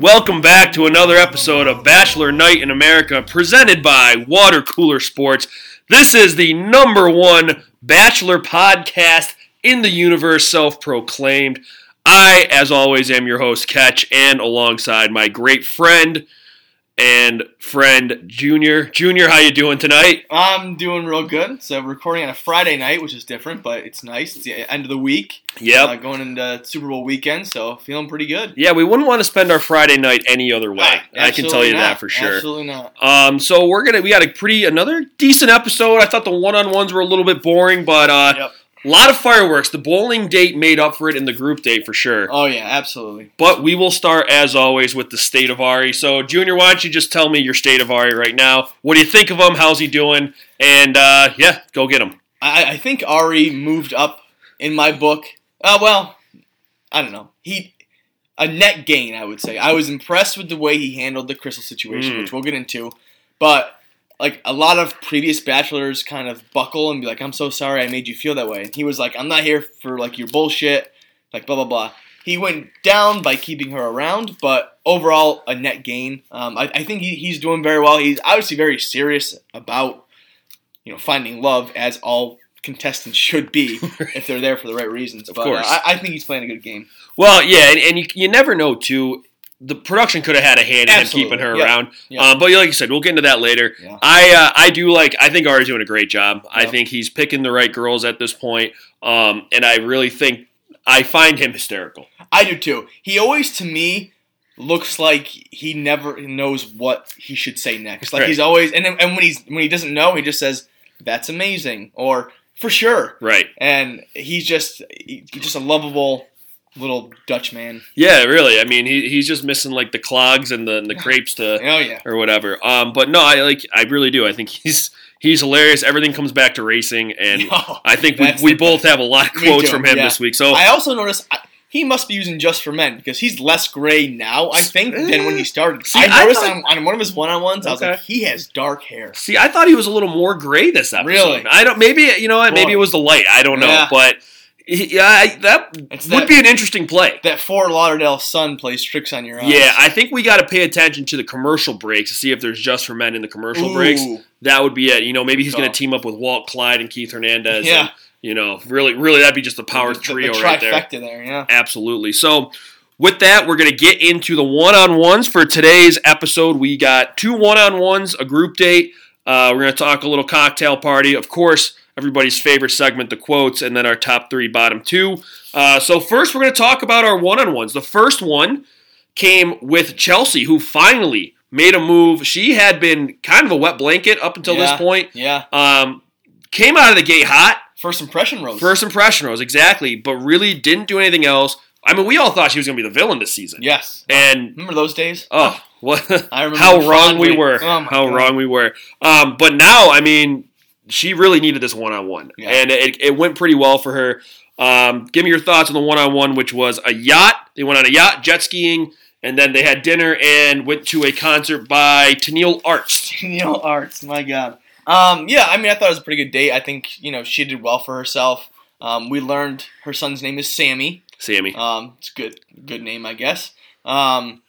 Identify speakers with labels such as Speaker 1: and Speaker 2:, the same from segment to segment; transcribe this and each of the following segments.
Speaker 1: Welcome back to another episode of Bachelor Night in America presented by Water Cooler Sports. This is the number one Bachelor podcast in the universe, self proclaimed. I, as always, am your host, Ketch, and alongside my great friend and friend Junior. Junior, how you doing tonight?
Speaker 2: I'm doing real good. So recording on a Friday night, which is different, but it's nice. It's the end of the week.
Speaker 1: Yep.
Speaker 2: Uh, going into Super Bowl weekend, so feeling pretty good.
Speaker 1: Yeah, we wouldn't want to spend our Friday night any other way. I can tell
Speaker 2: Absolutely
Speaker 1: you that
Speaker 2: not.
Speaker 1: for sure.
Speaker 2: Absolutely not.
Speaker 1: Um, so we're gonna we got a pretty another decent episode. I thought the one on ones were a little bit boring, but uh,
Speaker 2: Yep.
Speaker 1: a lot of fireworks. The bowling date made up for it in the group date for sure.
Speaker 2: Oh yeah, absolutely.
Speaker 1: But we will start as always with the state of Ari. So Junior, why don't you just tell me your state of Ari right now? What do you think of him? How's he doing? And uh, yeah, go get him.
Speaker 2: I, I think Ari moved up in my book. Uh, well, I don't know. He a net gain, I would say. I was impressed with the way he handled the crystal situation,
Speaker 1: Mm.
Speaker 2: which we'll get into. But like a lot of previous bachelors kind of buckle and be like, "I'm so sorry I made you feel that way." And he was like, "I'm not here for like your bullshit." Like blah blah blah. He went down by keeping her around, but overall a net gain. Um, I, I think he, he's doing very well. He's obviously very serious about you know finding love as all contestants should be if they're there for the right reasons. but uh,
Speaker 1: course.
Speaker 2: I, I think he's playing a good game.
Speaker 1: Well, yeah, and, and you, you never know too. The production could have had a hand in him
Speaker 2: Absolutely.
Speaker 1: keeping her
Speaker 2: Yeah.
Speaker 1: around.
Speaker 2: Yeah.
Speaker 1: Uh, but like you said, we'll get into that later.
Speaker 2: Yeah.
Speaker 1: I uh, I do like I think Ari's doing a great job. I
Speaker 2: Yeah.
Speaker 1: think he's picking the right girls at this point. Um, and I really think I find him hysterical.
Speaker 2: I do too. He always to me looks like he never knows what he should say next. Like
Speaker 1: Right.
Speaker 2: he's always and and when he's when he doesn't know, he just says that's amazing or for sure.
Speaker 1: Right.
Speaker 2: And he's just he's just a lovable little Dutch man.
Speaker 1: Yeah, really. I mean, he, he's just missing like the clogs and the and the crepes to
Speaker 2: Oh yeah.
Speaker 1: or whatever. Um, but no, I like I really do. I think he's he's hilarious. Everything comes back to racing and
Speaker 2: No,
Speaker 1: I think we,
Speaker 2: that's
Speaker 1: we
Speaker 2: the-
Speaker 1: both have a lot of
Speaker 2: Me
Speaker 1: quotes
Speaker 2: too,
Speaker 1: from him
Speaker 2: yeah.
Speaker 1: this week. So
Speaker 2: I also noticed I, he must be using just for men because he's less gray now, I think, than when he started.
Speaker 1: See, Mm. I
Speaker 2: I noticed
Speaker 1: thought-
Speaker 2: on, on one of his one-on-ones, I was
Speaker 1: Okay.
Speaker 2: like, he has dark hair.
Speaker 1: See, I thought he was a little more gray this episode.
Speaker 2: Really?
Speaker 1: I don't. Maybe you know what? Maybe
Speaker 2: Boy.
Speaker 1: it was the light. I don't know.
Speaker 2: Yeah.
Speaker 1: But he- yeah, I, that
Speaker 2: It's
Speaker 1: would
Speaker 2: that-
Speaker 1: be an interesting play.
Speaker 2: That Fort Lauderdale sun plays tricks on your eyes.
Speaker 1: Yeah, I think we got to pay attention to the commercial breaks to see if there's just for men in the commercial
Speaker 2: Ooh.
Speaker 1: breaks. That would be it. You know, maybe he's going
Speaker 2: Good
Speaker 1: to team up with Walt Clyde and Keith Hernandez.
Speaker 2: Yeah.
Speaker 1: and, you know, really, really, that'd be just the power
Speaker 2: The- the-
Speaker 1: trio
Speaker 2: the
Speaker 1: right there.
Speaker 2: trifecta there. yeah.
Speaker 1: Absolutely. So, with that, we're going to get into the one on ones for today's episode. We got two one on ones, a group date. Uh, we're going to talk a little cocktail party. Of course, everybody's favorite segment, the quotes, and then our top three, bottom two. Uh, so, first, we're going to talk about our one on ones. The first one came with Chelsea, who finally made a move. She had been kind of a wet blanket up until
Speaker 2: Yeah.
Speaker 1: this point.
Speaker 2: Yeah.
Speaker 1: Um, came out of the gate hot.
Speaker 2: First impression rose.
Speaker 1: First impression rose, exactly, but really didn't do anything else. I mean, we all thought she was going to be the villain this season.
Speaker 2: Yes.
Speaker 1: And,
Speaker 2: Remember those days?
Speaker 1: oh, what?
Speaker 2: I remember
Speaker 1: how
Speaker 2: the
Speaker 1: wrong we
Speaker 2: fondly.
Speaker 1: were.
Speaker 2: Oh my
Speaker 1: how
Speaker 2: God.
Speaker 1: wrong we were. Um, but now, I mean, she really needed this one on one.
Speaker 2: Yeah.
Speaker 1: And it, it went pretty well for her. Um, give me your thoughts on the one on one, which was a yacht. They went on a yacht, jet skiing, and then they had dinner and went to a concert by Tennille Arts.
Speaker 2: Neil Arts, my God. Um, yeah, I mean, I thought it was a pretty good date. I think, you know, she did well for herself. Um, we learned her son's name is Sammy.
Speaker 1: Sammy.
Speaker 2: Um, it's a good, good name, I guess. Um,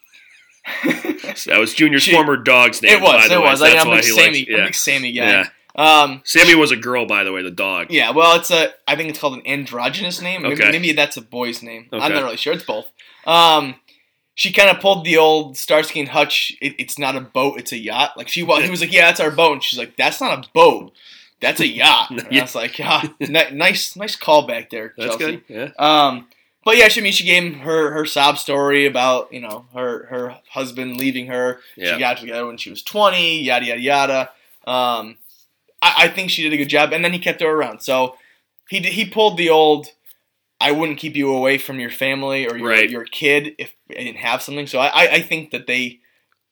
Speaker 1: that was Junior's
Speaker 2: she-
Speaker 1: former dog's name.
Speaker 2: it was,
Speaker 1: by the
Speaker 2: it
Speaker 1: way,
Speaker 2: was.
Speaker 1: so
Speaker 2: I,
Speaker 1: that's
Speaker 2: am a
Speaker 1: why
Speaker 2: big
Speaker 1: he
Speaker 2: Sammy,
Speaker 1: likes-
Speaker 2: I'm a
Speaker 1: yeah.
Speaker 2: big Sammy
Speaker 1: yeah.
Speaker 2: guy. Um,
Speaker 1: Sammy was a girl, by the way, the dog.
Speaker 2: yeah, well, it's a. I think it's called an androgynous name. Maybe,
Speaker 1: Okay.
Speaker 2: maybe that's a boy's name.
Speaker 1: Okay.
Speaker 2: I'm not really sure. It's both. Um, she kind of pulled the old Starsky and Hutch. It, it's not a boat. It's a yacht. Like she was. He was like, "Yeah, that's our boat," and she's like, "That's not a boat. That's a yacht." And I was like, "Yeah, ni- nice, nice callback there,
Speaker 1: That's
Speaker 2: Chelsea."
Speaker 1: good. Yeah.
Speaker 2: Um, but yeah, she I mean she gave him her her sob story about you know her her husband leaving her.
Speaker 1: Yeah.
Speaker 2: She got together when she was twenty. Yada yada yada. Um, I, I think she did a good job, and then he kept her around. So he did, he pulled the old. I wouldn't keep you away from your family or your,
Speaker 1: Right.
Speaker 2: your kid if I didn't have something. So I, I, I think that they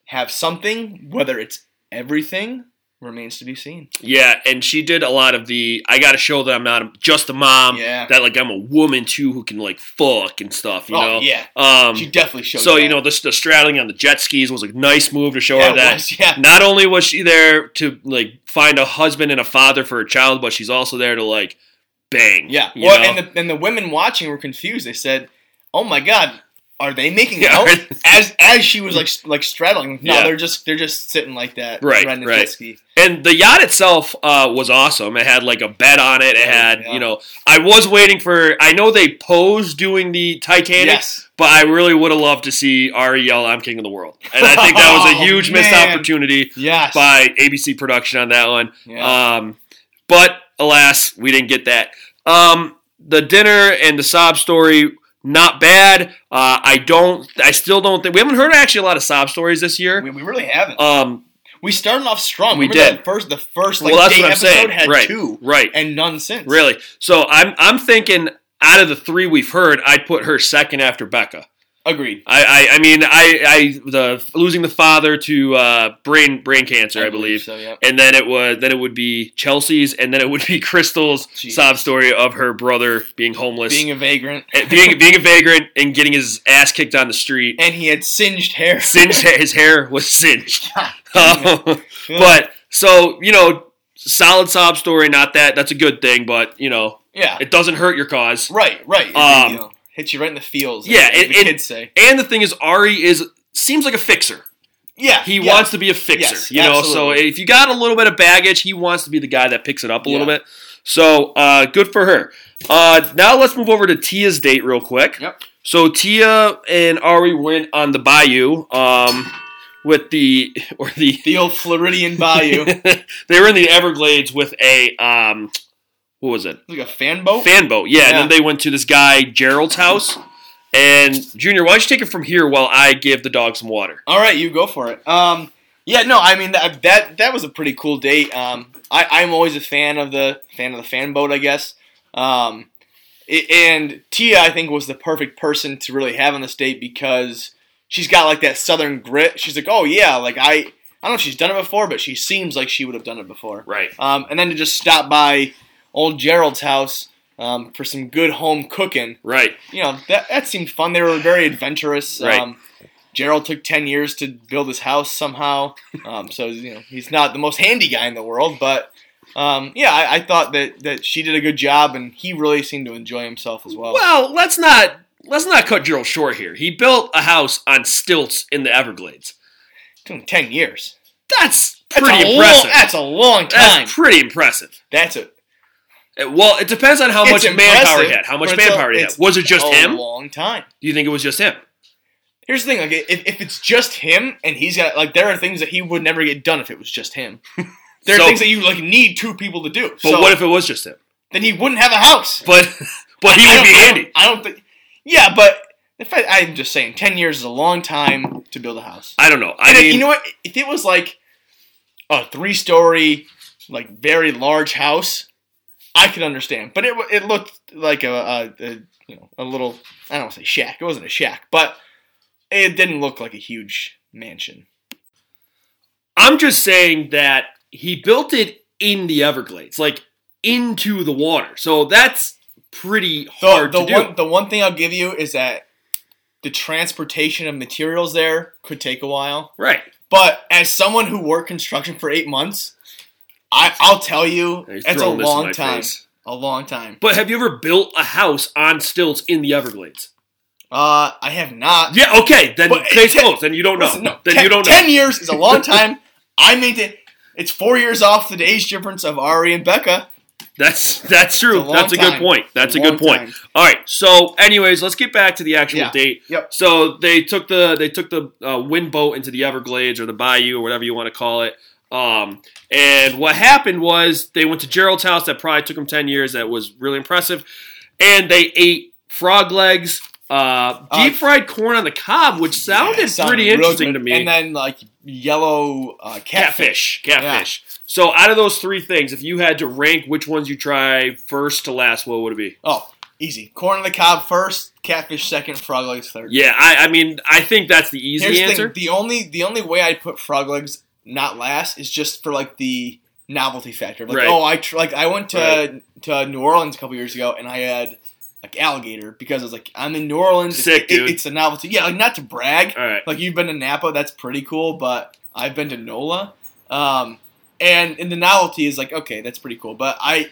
Speaker 2: have something, whether it's everything, remains to be seen.
Speaker 1: Yeah, and she did a lot of the I got to show that I'm not a- just a mom.
Speaker 2: Yeah.
Speaker 1: That like I'm a woman too who can like fuck and stuff, you
Speaker 2: oh,
Speaker 1: know.
Speaker 2: yeah.
Speaker 1: Um
Speaker 2: She definitely showed
Speaker 1: so you
Speaker 2: that.
Speaker 1: know the, the straddling on the jet skis was a nice move to show
Speaker 2: Yeah,
Speaker 1: her
Speaker 2: it
Speaker 1: that
Speaker 2: was, yeah.
Speaker 1: not only was she there to like find a husband and a father for her child, but she's also there to like bang.
Speaker 2: Yeah.
Speaker 1: you
Speaker 2: Well,
Speaker 1: know?
Speaker 2: and the and the women watching were confused. They said, "Oh my God, are they making
Speaker 1: Yeah.
Speaker 2: out? as as she was like s- like straddling. No,
Speaker 1: Yeah.
Speaker 2: they're just they're just sitting like that.
Speaker 1: Right,
Speaker 2: riding the
Speaker 1: right.
Speaker 2: jet ski.
Speaker 1: And the yacht itself uh, was awesome. It had like a bed on it. It
Speaker 2: Oh,
Speaker 1: had,
Speaker 2: yeah.
Speaker 1: you know, I was waiting for. I know they posed doing the Titanic,
Speaker 2: Yes.
Speaker 1: but I really would have loved to see Ari yell, "I'm king of the world," and I think that was a
Speaker 2: Oh,
Speaker 1: huge missed
Speaker 2: man.
Speaker 1: opportunity
Speaker 2: Yes.
Speaker 1: by ABC production on that one.
Speaker 2: Yeah.
Speaker 1: Um, but alas, we didn't get that. Um, the dinner and the sob story, not bad. Uh, I don't. I still don't think we haven't heard actually a lot of sob stories this year.
Speaker 2: we, we really haven't.
Speaker 1: Um,
Speaker 2: we started off strong.
Speaker 1: we
Speaker 2: Remember that
Speaker 1: did.
Speaker 2: first the first like
Speaker 1: well, that's
Speaker 2: date
Speaker 1: what I'm
Speaker 2: episode
Speaker 1: saying.
Speaker 2: had
Speaker 1: right,
Speaker 2: two
Speaker 1: right.
Speaker 2: and none since.
Speaker 1: Really? So I'm I'm thinking out of the three we've heard, I'd put her second after Becca.
Speaker 2: Agreed.
Speaker 1: I I, I mean I I the losing the father to uh, brain brain cancer, I, believe.
Speaker 2: so. Yeah.
Speaker 1: And then it was then it would be Chelsea's, and then it would be Crystal's
Speaker 2: Jeez.
Speaker 1: sob story of her brother being homeless,
Speaker 2: Being a vagrant,
Speaker 1: and being being a vagrant, and getting his ass kicked on the street.
Speaker 2: and he had singed hair.
Speaker 1: Singed, his hair was singed.
Speaker 2: Yeah.
Speaker 1: but so you know, solid sob story. Not that that's a good thing, but you know,
Speaker 2: yeah,
Speaker 1: it doesn't hurt your cause.
Speaker 2: right, right.
Speaker 1: Um,
Speaker 2: You know, hits you right in the feels.
Speaker 1: yeah,
Speaker 2: as
Speaker 1: it-
Speaker 2: the
Speaker 1: it-
Speaker 2: kids say.
Speaker 1: And the thing is, Ari is seems like a fixer.
Speaker 2: Yeah,
Speaker 1: He
Speaker 2: yeah.
Speaker 1: wants to be a fixer,
Speaker 2: Yes,
Speaker 1: you know. So
Speaker 2: absolutely.
Speaker 1: if you got a little bit of baggage, he wants to be the guy that picks it up a little
Speaker 2: Yeah.
Speaker 1: bit. So uh, good for her. Uh, now let's move over to Tia's date real quick.
Speaker 2: Yep.
Speaker 1: So Tia and Ari went on the bayou um, with the or the
Speaker 2: the old Floridian Bayou,
Speaker 1: they were in the Everglades with a um, what was it?
Speaker 2: like a fan boat.
Speaker 1: Fan boat, yeah. And
Speaker 2: Yeah.
Speaker 1: then they went to this guy Gerald's house. And Junior, why don't you take it from here while I give the dog some water?
Speaker 2: All right, you go for it. Um, yeah, no, I mean that that, that was a pretty cool date. Um, I, I'm always a fan of the fan of the fan boat, I guess. Um, i- and Tia, I think, was the perfect person to really have on this date because she's got like that southern grit. She's like, oh yeah, like I I don't know if she's done it before, but she seems like she would have done it before.
Speaker 1: Right.
Speaker 2: Um, and then to just stop by old Gerald's house um, for some good home cooking
Speaker 1: Right.
Speaker 2: you know that that seemed fun. They were very adventurous.
Speaker 1: Right.
Speaker 2: Um, Gerald took ten years to build his house somehow, um, so you know he's not the most handy guy in the world. But um, yeah, I, I thought that that she did a good job, and he really seemed to enjoy himself as well.
Speaker 1: Well, let's not let's not cut Gerald short here. He built a house on stilts in the Everglades.
Speaker 2: It took him ten years.
Speaker 1: That's
Speaker 2: That's
Speaker 1: pretty
Speaker 2: a
Speaker 1: impressive.
Speaker 2: Long, that's a long
Speaker 1: That's
Speaker 2: time.
Speaker 1: pretty impressive.
Speaker 2: That's it.
Speaker 1: Uh, Well, it depends on how
Speaker 2: It's
Speaker 1: much manpower he
Speaker 2: impressive,
Speaker 1: had. How much
Speaker 2: but it's a-
Speaker 1: manpower he had.
Speaker 2: it's
Speaker 1: Was it just
Speaker 2: a
Speaker 1: him?
Speaker 2: Long time.
Speaker 1: Do you think it was just him?
Speaker 2: Here's the thing: like, if, if it's just him, and he's got like, there are things that he would never get done if it was just him. There are
Speaker 1: So-
Speaker 2: things that you like need two people to do.
Speaker 1: But
Speaker 2: so
Speaker 1: what if it was just him?
Speaker 2: then he wouldn't have a house?
Speaker 1: But but he would
Speaker 2: I don't-
Speaker 1: be
Speaker 2: I don't-
Speaker 1: handy.
Speaker 2: I don't think. Yeah, but if I, I'm just saying, ten years is a long time to build a house.
Speaker 1: I don't know. I
Speaker 2: And if-
Speaker 1: mean,
Speaker 2: you know what? If it was like a three-story, like very large house, I could understand. But it wa- it looked like a, a, a you know a little I don't want to say shack. It wasn't a shack, but it didn't look like a huge mansion.
Speaker 1: I'm just saying that he built it in the Everglades, like into the water. So that's pretty
Speaker 2: The,
Speaker 1: hard
Speaker 2: the
Speaker 1: to do.
Speaker 2: one the one thing I'll give you is that the transportation of materials there could take a while.
Speaker 1: right.
Speaker 2: But as someone who worked construction for eight months, I, I'll tell you,
Speaker 1: He's
Speaker 2: that's a
Speaker 1: throwing this in my
Speaker 2: long time.
Speaker 1: face.
Speaker 2: A long time.
Speaker 1: But have you ever built a house on stilts in the Everglades?
Speaker 2: Uh, I have not.
Speaker 1: Yeah, okay. Then
Speaker 2: But-
Speaker 1: case closed. Then you don't know.
Speaker 2: Listen, no,
Speaker 1: then
Speaker 2: ten,
Speaker 1: you don't know.
Speaker 2: ten years is a long time. I maintain it's four years off the age difference of Ari and Becca.
Speaker 1: That's that's true.
Speaker 2: It's a long
Speaker 1: that's a good
Speaker 2: time.
Speaker 1: point. That's a,
Speaker 2: a
Speaker 1: good point.
Speaker 2: long time.
Speaker 1: All right. So, anyways, let's get back to the actual
Speaker 2: Yeah.
Speaker 1: date.
Speaker 2: Yep.
Speaker 1: So they took the they took the uh, wind boat into the Everglades or the bayou or whatever you want to call it. Um, and what happened was they went to Gerald's house. That probably took them ten years. That was really impressive. And they ate frog legs, uh,
Speaker 2: Uh,
Speaker 1: deep fried corn on the cob, which sounded
Speaker 2: Yeah, sounded
Speaker 1: pretty
Speaker 2: real
Speaker 1: interesting
Speaker 2: good.
Speaker 1: to me.
Speaker 2: And then like yellow uh, catfish.
Speaker 1: catfish. Catfish. So out of those three things, if you had to rank which ones you try first to last, what would it be?
Speaker 2: Oh, easy. Corn on the cob first, catfish second, frog legs third.
Speaker 1: Yeah, I, I mean, I think that's the easy
Speaker 2: Here's
Speaker 1: answer.
Speaker 2: the thing: the only the only way I put frog legs not last is just for like the novelty factor. Like,
Speaker 1: Right.
Speaker 2: oh, I tr- like I went to to New Orleans a couple years ago and I had like alligator because I was like, I'm in New Orleans.
Speaker 1: Sick,
Speaker 2: It- it-
Speaker 1: dude.
Speaker 2: it's a novelty. Yeah, like not to brag.
Speaker 1: All right.
Speaker 2: Like you've been to Napa, that's pretty cool. But I've been to NOLA, um, and and the novelty is like okay, that's pretty cool. But I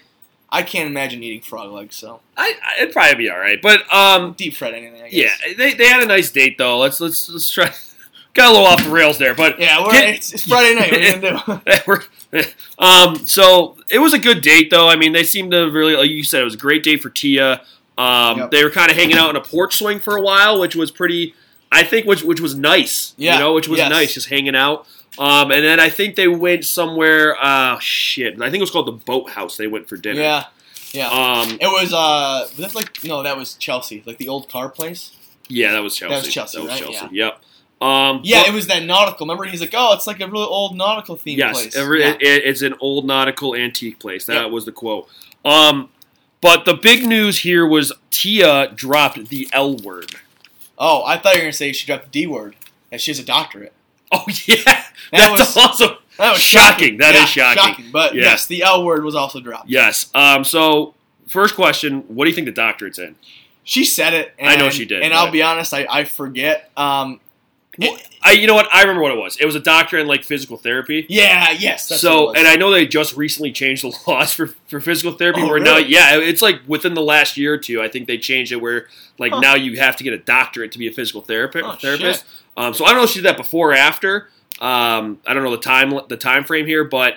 Speaker 2: I can't imagine eating frog legs. So
Speaker 1: I, I it'd probably be all right. But um,
Speaker 2: deep fried anything. I guess.
Speaker 1: yeah, they, they had a nice date though. Let's let's let's try. Got a little off the rails there, but
Speaker 2: Yeah, we're,
Speaker 1: Get-
Speaker 2: it's, it's Friday night. What are you gonna do?
Speaker 1: um, so it was a good date though. I mean, they seemed to really, like you said, it was a great day for Tia. Um,
Speaker 2: Yep.
Speaker 1: They were kind of hanging out in a porch swing for a while, which was pretty, I think, which which was nice.
Speaker 2: Yeah.
Speaker 1: You know, which was
Speaker 2: Yes.
Speaker 1: nice, just hanging out. Um, and then I think they went somewhere. Uh, shit, I think it was called the Boathouse. They went for dinner.
Speaker 2: yeah, yeah.
Speaker 1: Um,
Speaker 2: it was uh, was that like no, that was Chelsea, like the old car place.
Speaker 1: yeah, that was Chelsea.
Speaker 2: was Chelsea, right?
Speaker 1: Yep. Um,
Speaker 2: Yeah,
Speaker 1: but-
Speaker 2: it was that nautical. Remember, he's like, oh, it's like a really old nautical themed
Speaker 1: yes,
Speaker 2: place.
Speaker 1: every-
Speaker 2: yeah.
Speaker 1: it- it- it's an old nautical antique place. That
Speaker 2: Yep.
Speaker 1: was the quote. Um, but the big news here was Tia dropped the L word.
Speaker 2: oh, I thought you were gonna say she dropped the D word and she has a doctorate.
Speaker 1: Oh yeah,
Speaker 2: That
Speaker 1: that's
Speaker 2: was-
Speaker 1: also
Speaker 2: That was
Speaker 1: Shocking. That
Speaker 2: That is
Speaker 1: is shocking.
Speaker 2: But
Speaker 1: Yeah.
Speaker 2: yes, the L word was also dropped.
Speaker 1: yes. Um, so first question: What do you think the doctorate's in?
Speaker 2: She said it. And,
Speaker 1: I know she did,
Speaker 2: And
Speaker 1: but-
Speaker 2: I'll be honest, I, I forget. Um,
Speaker 1: Well, I, you know what? I remember what it was. It was a doctor in like physical therapy.
Speaker 2: yeah, yes. That's
Speaker 1: so,
Speaker 2: what it was.
Speaker 1: and I know they just recently changed the laws for, for physical therapy.
Speaker 2: Oh,
Speaker 1: where now,
Speaker 2: really?
Speaker 1: yeah, it's like within the last year or two, I think they changed it where like
Speaker 2: Huh.
Speaker 1: now you have to get a doctorate to be a physical therapist.
Speaker 2: Oh,
Speaker 1: therapist. Um, so I don't know if she did that before or after. Um, I don't know the time the time frame here, but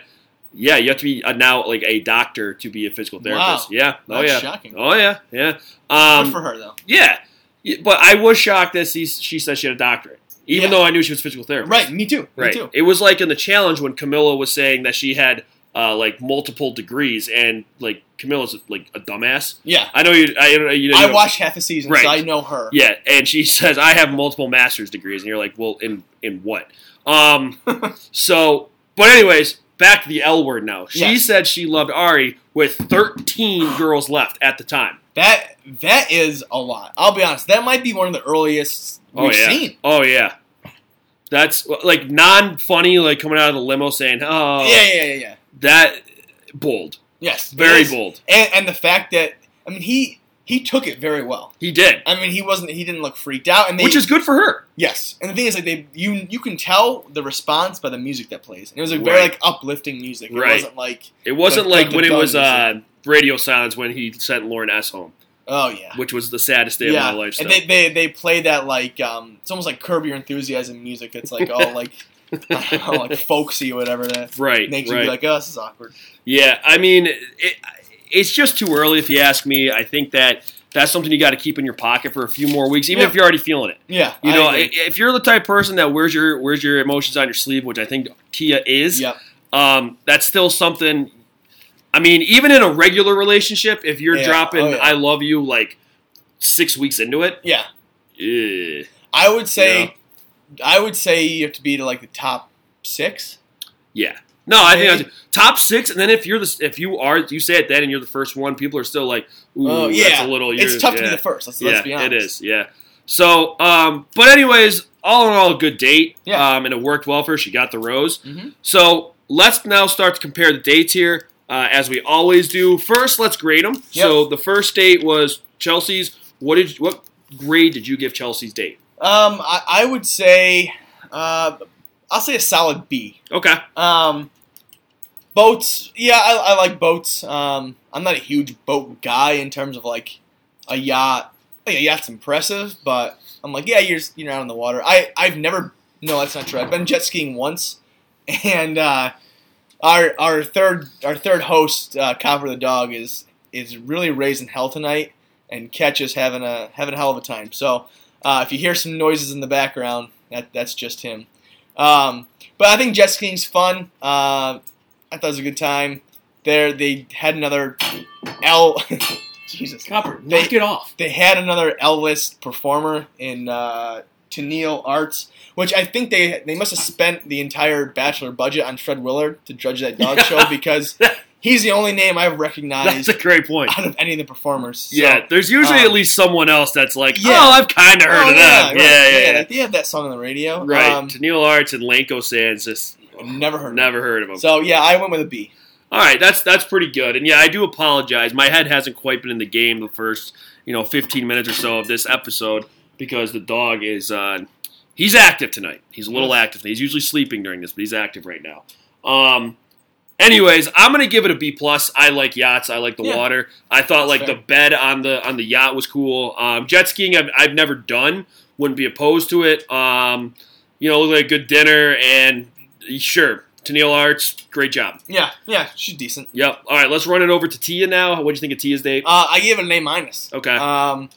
Speaker 1: yeah, you have to be uh now like a doctor to be a physical therapist.
Speaker 2: Wow.
Speaker 1: Yeah. Oh
Speaker 2: That's
Speaker 1: yeah.
Speaker 2: shocking.
Speaker 1: Oh yeah. Yeah.
Speaker 2: Good
Speaker 1: Um,
Speaker 2: for her though.
Speaker 1: yeah. Y- But I was shocked that she, she said she had a doctorate, even
Speaker 2: Yeah.
Speaker 1: though I knew she was a physical therapist.
Speaker 2: Right, me too. Me
Speaker 1: Right.
Speaker 2: too.
Speaker 1: It was like in the challenge when Camilla was saying that she had uh, like multiple degrees, and like Camilla's like a dumbass.
Speaker 2: Yeah.
Speaker 1: I know you. I, you know- you know,
Speaker 2: I watched half the season,
Speaker 1: Right.
Speaker 2: so I know her.
Speaker 1: Yeah, and she says I have multiple master's degrees, and you're like, well, in in what? Um. so, but anyways, back to the L word now. She
Speaker 2: Yes.
Speaker 1: said she loved Ari with 13 girls left at the time.
Speaker 2: That that is a lot. I'll be honest. That might be one of the earliest
Speaker 1: Oh
Speaker 2: we've
Speaker 1: yeah.
Speaker 2: seen.
Speaker 1: Oh yeah. That's like non funny, like coming out of the limo saying, "Oh,
Speaker 2: yeah, yeah, yeah, yeah.
Speaker 1: that bold,
Speaker 2: Yes, it
Speaker 1: very
Speaker 2: is.
Speaker 1: bold."
Speaker 2: And, and the fact that I mean he he took it very well.
Speaker 1: He did.
Speaker 2: I mean he wasn't he didn't look freaked out. And they,
Speaker 1: which is good for her.
Speaker 2: yes. And the thing is like they you you can tell the response by the music that plays. And it was like very
Speaker 1: Right.
Speaker 2: like uplifting music. It
Speaker 1: Right.
Speaker 2: wasn't like
Speaker 1: It wasn't
Speaker 2: But-
Speaker 1: like
Speaker 2: but
Speaker 1: when
Speaker 2: the
Speaker 1: it was uh,
Speaker 2: dog
Speaker 1: radio silence when he sent Lauren S home,
Speaker 2: oh yeah.
Speaker 1: which was the saddest day
Speaker 2: yeah,
Speaker 1: of my life. still.
Speaker 2: and they, they they play that like um, it's almost like Curb Your Enthusiasm music. It's like all like I don't know, like folksy or whatever that
Speaker 1: right,
Speaker 2: makes you
Speaker 1: right.
Speaker 2: be like, oh, this is awkward.
Speaker 1: yeah, I mean, it, it's just too early if you ask me. I think that that's something you got to keep in your pocket for a few more weeks, even
Speaker 2: Yeah.
Speaker 1: if you're already feeling it.
Speaker 2: Yeah,
Speaker 1: You
Speaker 2: I
Speaker 1: know,
Speaker 2: agree.
Speaker 1: i- if you're the type of person that wears your wears your emotions on your sleeve, which I think Tia is,
Speaker 2: yeah,
Speaker 1: um, that's still something. I mean, even in a regular relationship, if you're
Speaker 2: Yeah.
Speaker 1: dropping
Speaker 2: Oh, yeah.
Speaker 1: "I love you" like six weeks into it,
Speaker 2: yeah.
Speaker 1: eh.
Speaker 2: I would say, I would say you have to be to like the top six.
Speaker 1: Yeah. No, I think
Speaker 2: Maybe.
Speaker 1: that's, top six, and then if you're the if you are you say it then and you're the first one, people are still like, ooh,
Speaker 2: Oh,
Speaker 1: that's
Speaker 2: yeah.
Speaker 1: a little.
Speaker 2: It's
Speaker 1: you're-
Speaker 2: tough to
Speaker 1: yeah.
Speaker 2: be the first. Let's,
Speaker 1: Yeah,
Speaker 2: let's be honest.
Speaker 1: it is. Yeah. So, um, but anyways, all in all, a good date.
Speaker 2: Yeah.
Speaker 1: Um, and it worked well for her. She got the rose.
Speaker 2: Mhm.
Speaker 1: So let's now start to compare the dates here, uh, as we always do. First, let's grade them. So the first date was Chelsea's. What did what grade did you give Chelsea's date?
Speaker 2: Um, I, I would say, uh, I'll say a solid B.
Speaker 1: Okay.
Speaker 2: Um, boats. Yeah, I, I like boats. Um, I'm not a huge boat guy in terms of like a yacht. Like a yacht's impressive, but I'm like, yeah, you're you're out on the water. I I've never. No, that's not true. I've been jet skiing once, and uh, our our third our third host, uh, Copper the dog, is is really raising hell tonight, and Ketch is having a having a hell of a time. So uh, if you hear some noises in the background, that that's just him. Um, but I think jet skiing's fun. Uh, I thought it was a good time. There, they had another L. Jesus,
Speaker 3: Copper,
Speaker 2: They-
Speaker 3: knock it off.
Speaker 2: they had another L list performer in uh, Tennille Arts, which I think they they must have spent the entire Bachelor budget on Fred Willard to judge that dog show because he's the only name I've
Speaker 1: That's
Speaker 2: recognized
Speaker 1: a great point.
Speaker 2: out of any of the performers. So-
Speaker 1: yeah, there's usually
Speaker 2: um,
Speaker 1: at least someone else that's like,
Speaker 2: yeah.
Speaker 1: oh, I've kind of heard
Speaker 2: Oh,
Speaker 1: of that.
Speaker 2: right.
Speaker 1: Yeah, yeah, yeah.
Speaker 2: like, they had that song on the radio.
Speaker 1: Right.
Speaker 2: Um,
Speaker 1: Tennille Arts and Lanko Sands just
Speaker 2: never heard.
Speaker 1: never heard of
Speaker 2: Of
Speaker 1: him.
Speaker 2: it. So yeah, I went with a B.
Speaker 1: All right, that's that's pretty good. And yeah, I do apologize. My head hasn't quite been in the game the first, you know, 15 minutes or so of this episode because the dog is uh he's active tonight. He's a little active. He's usually sleeping during this, but he's active right now. Um Anyways, I'm gonna give it a B plus. I like yachts. I like the
Speaker 2: Yeah.
Speaker 1: water. I thought like
Speaker 2: fair.
Speaker 1: the bed on the on the yacht was cool. Um, jet skiing, I've, I've never done. Wouldn't be opposed to it. Um, you know, looked like a good dinner and sure, Tennille Arts, great job.
Speaker 2: Yeah, yeah, she's decent.
Speaker 1: Yep. All right, let's run it over to Tia now. What do you think of Tia's date?
Speaker 2: Uh, I gave it an A minus.
Speaker 1: Okay.
Speaker 2: Um,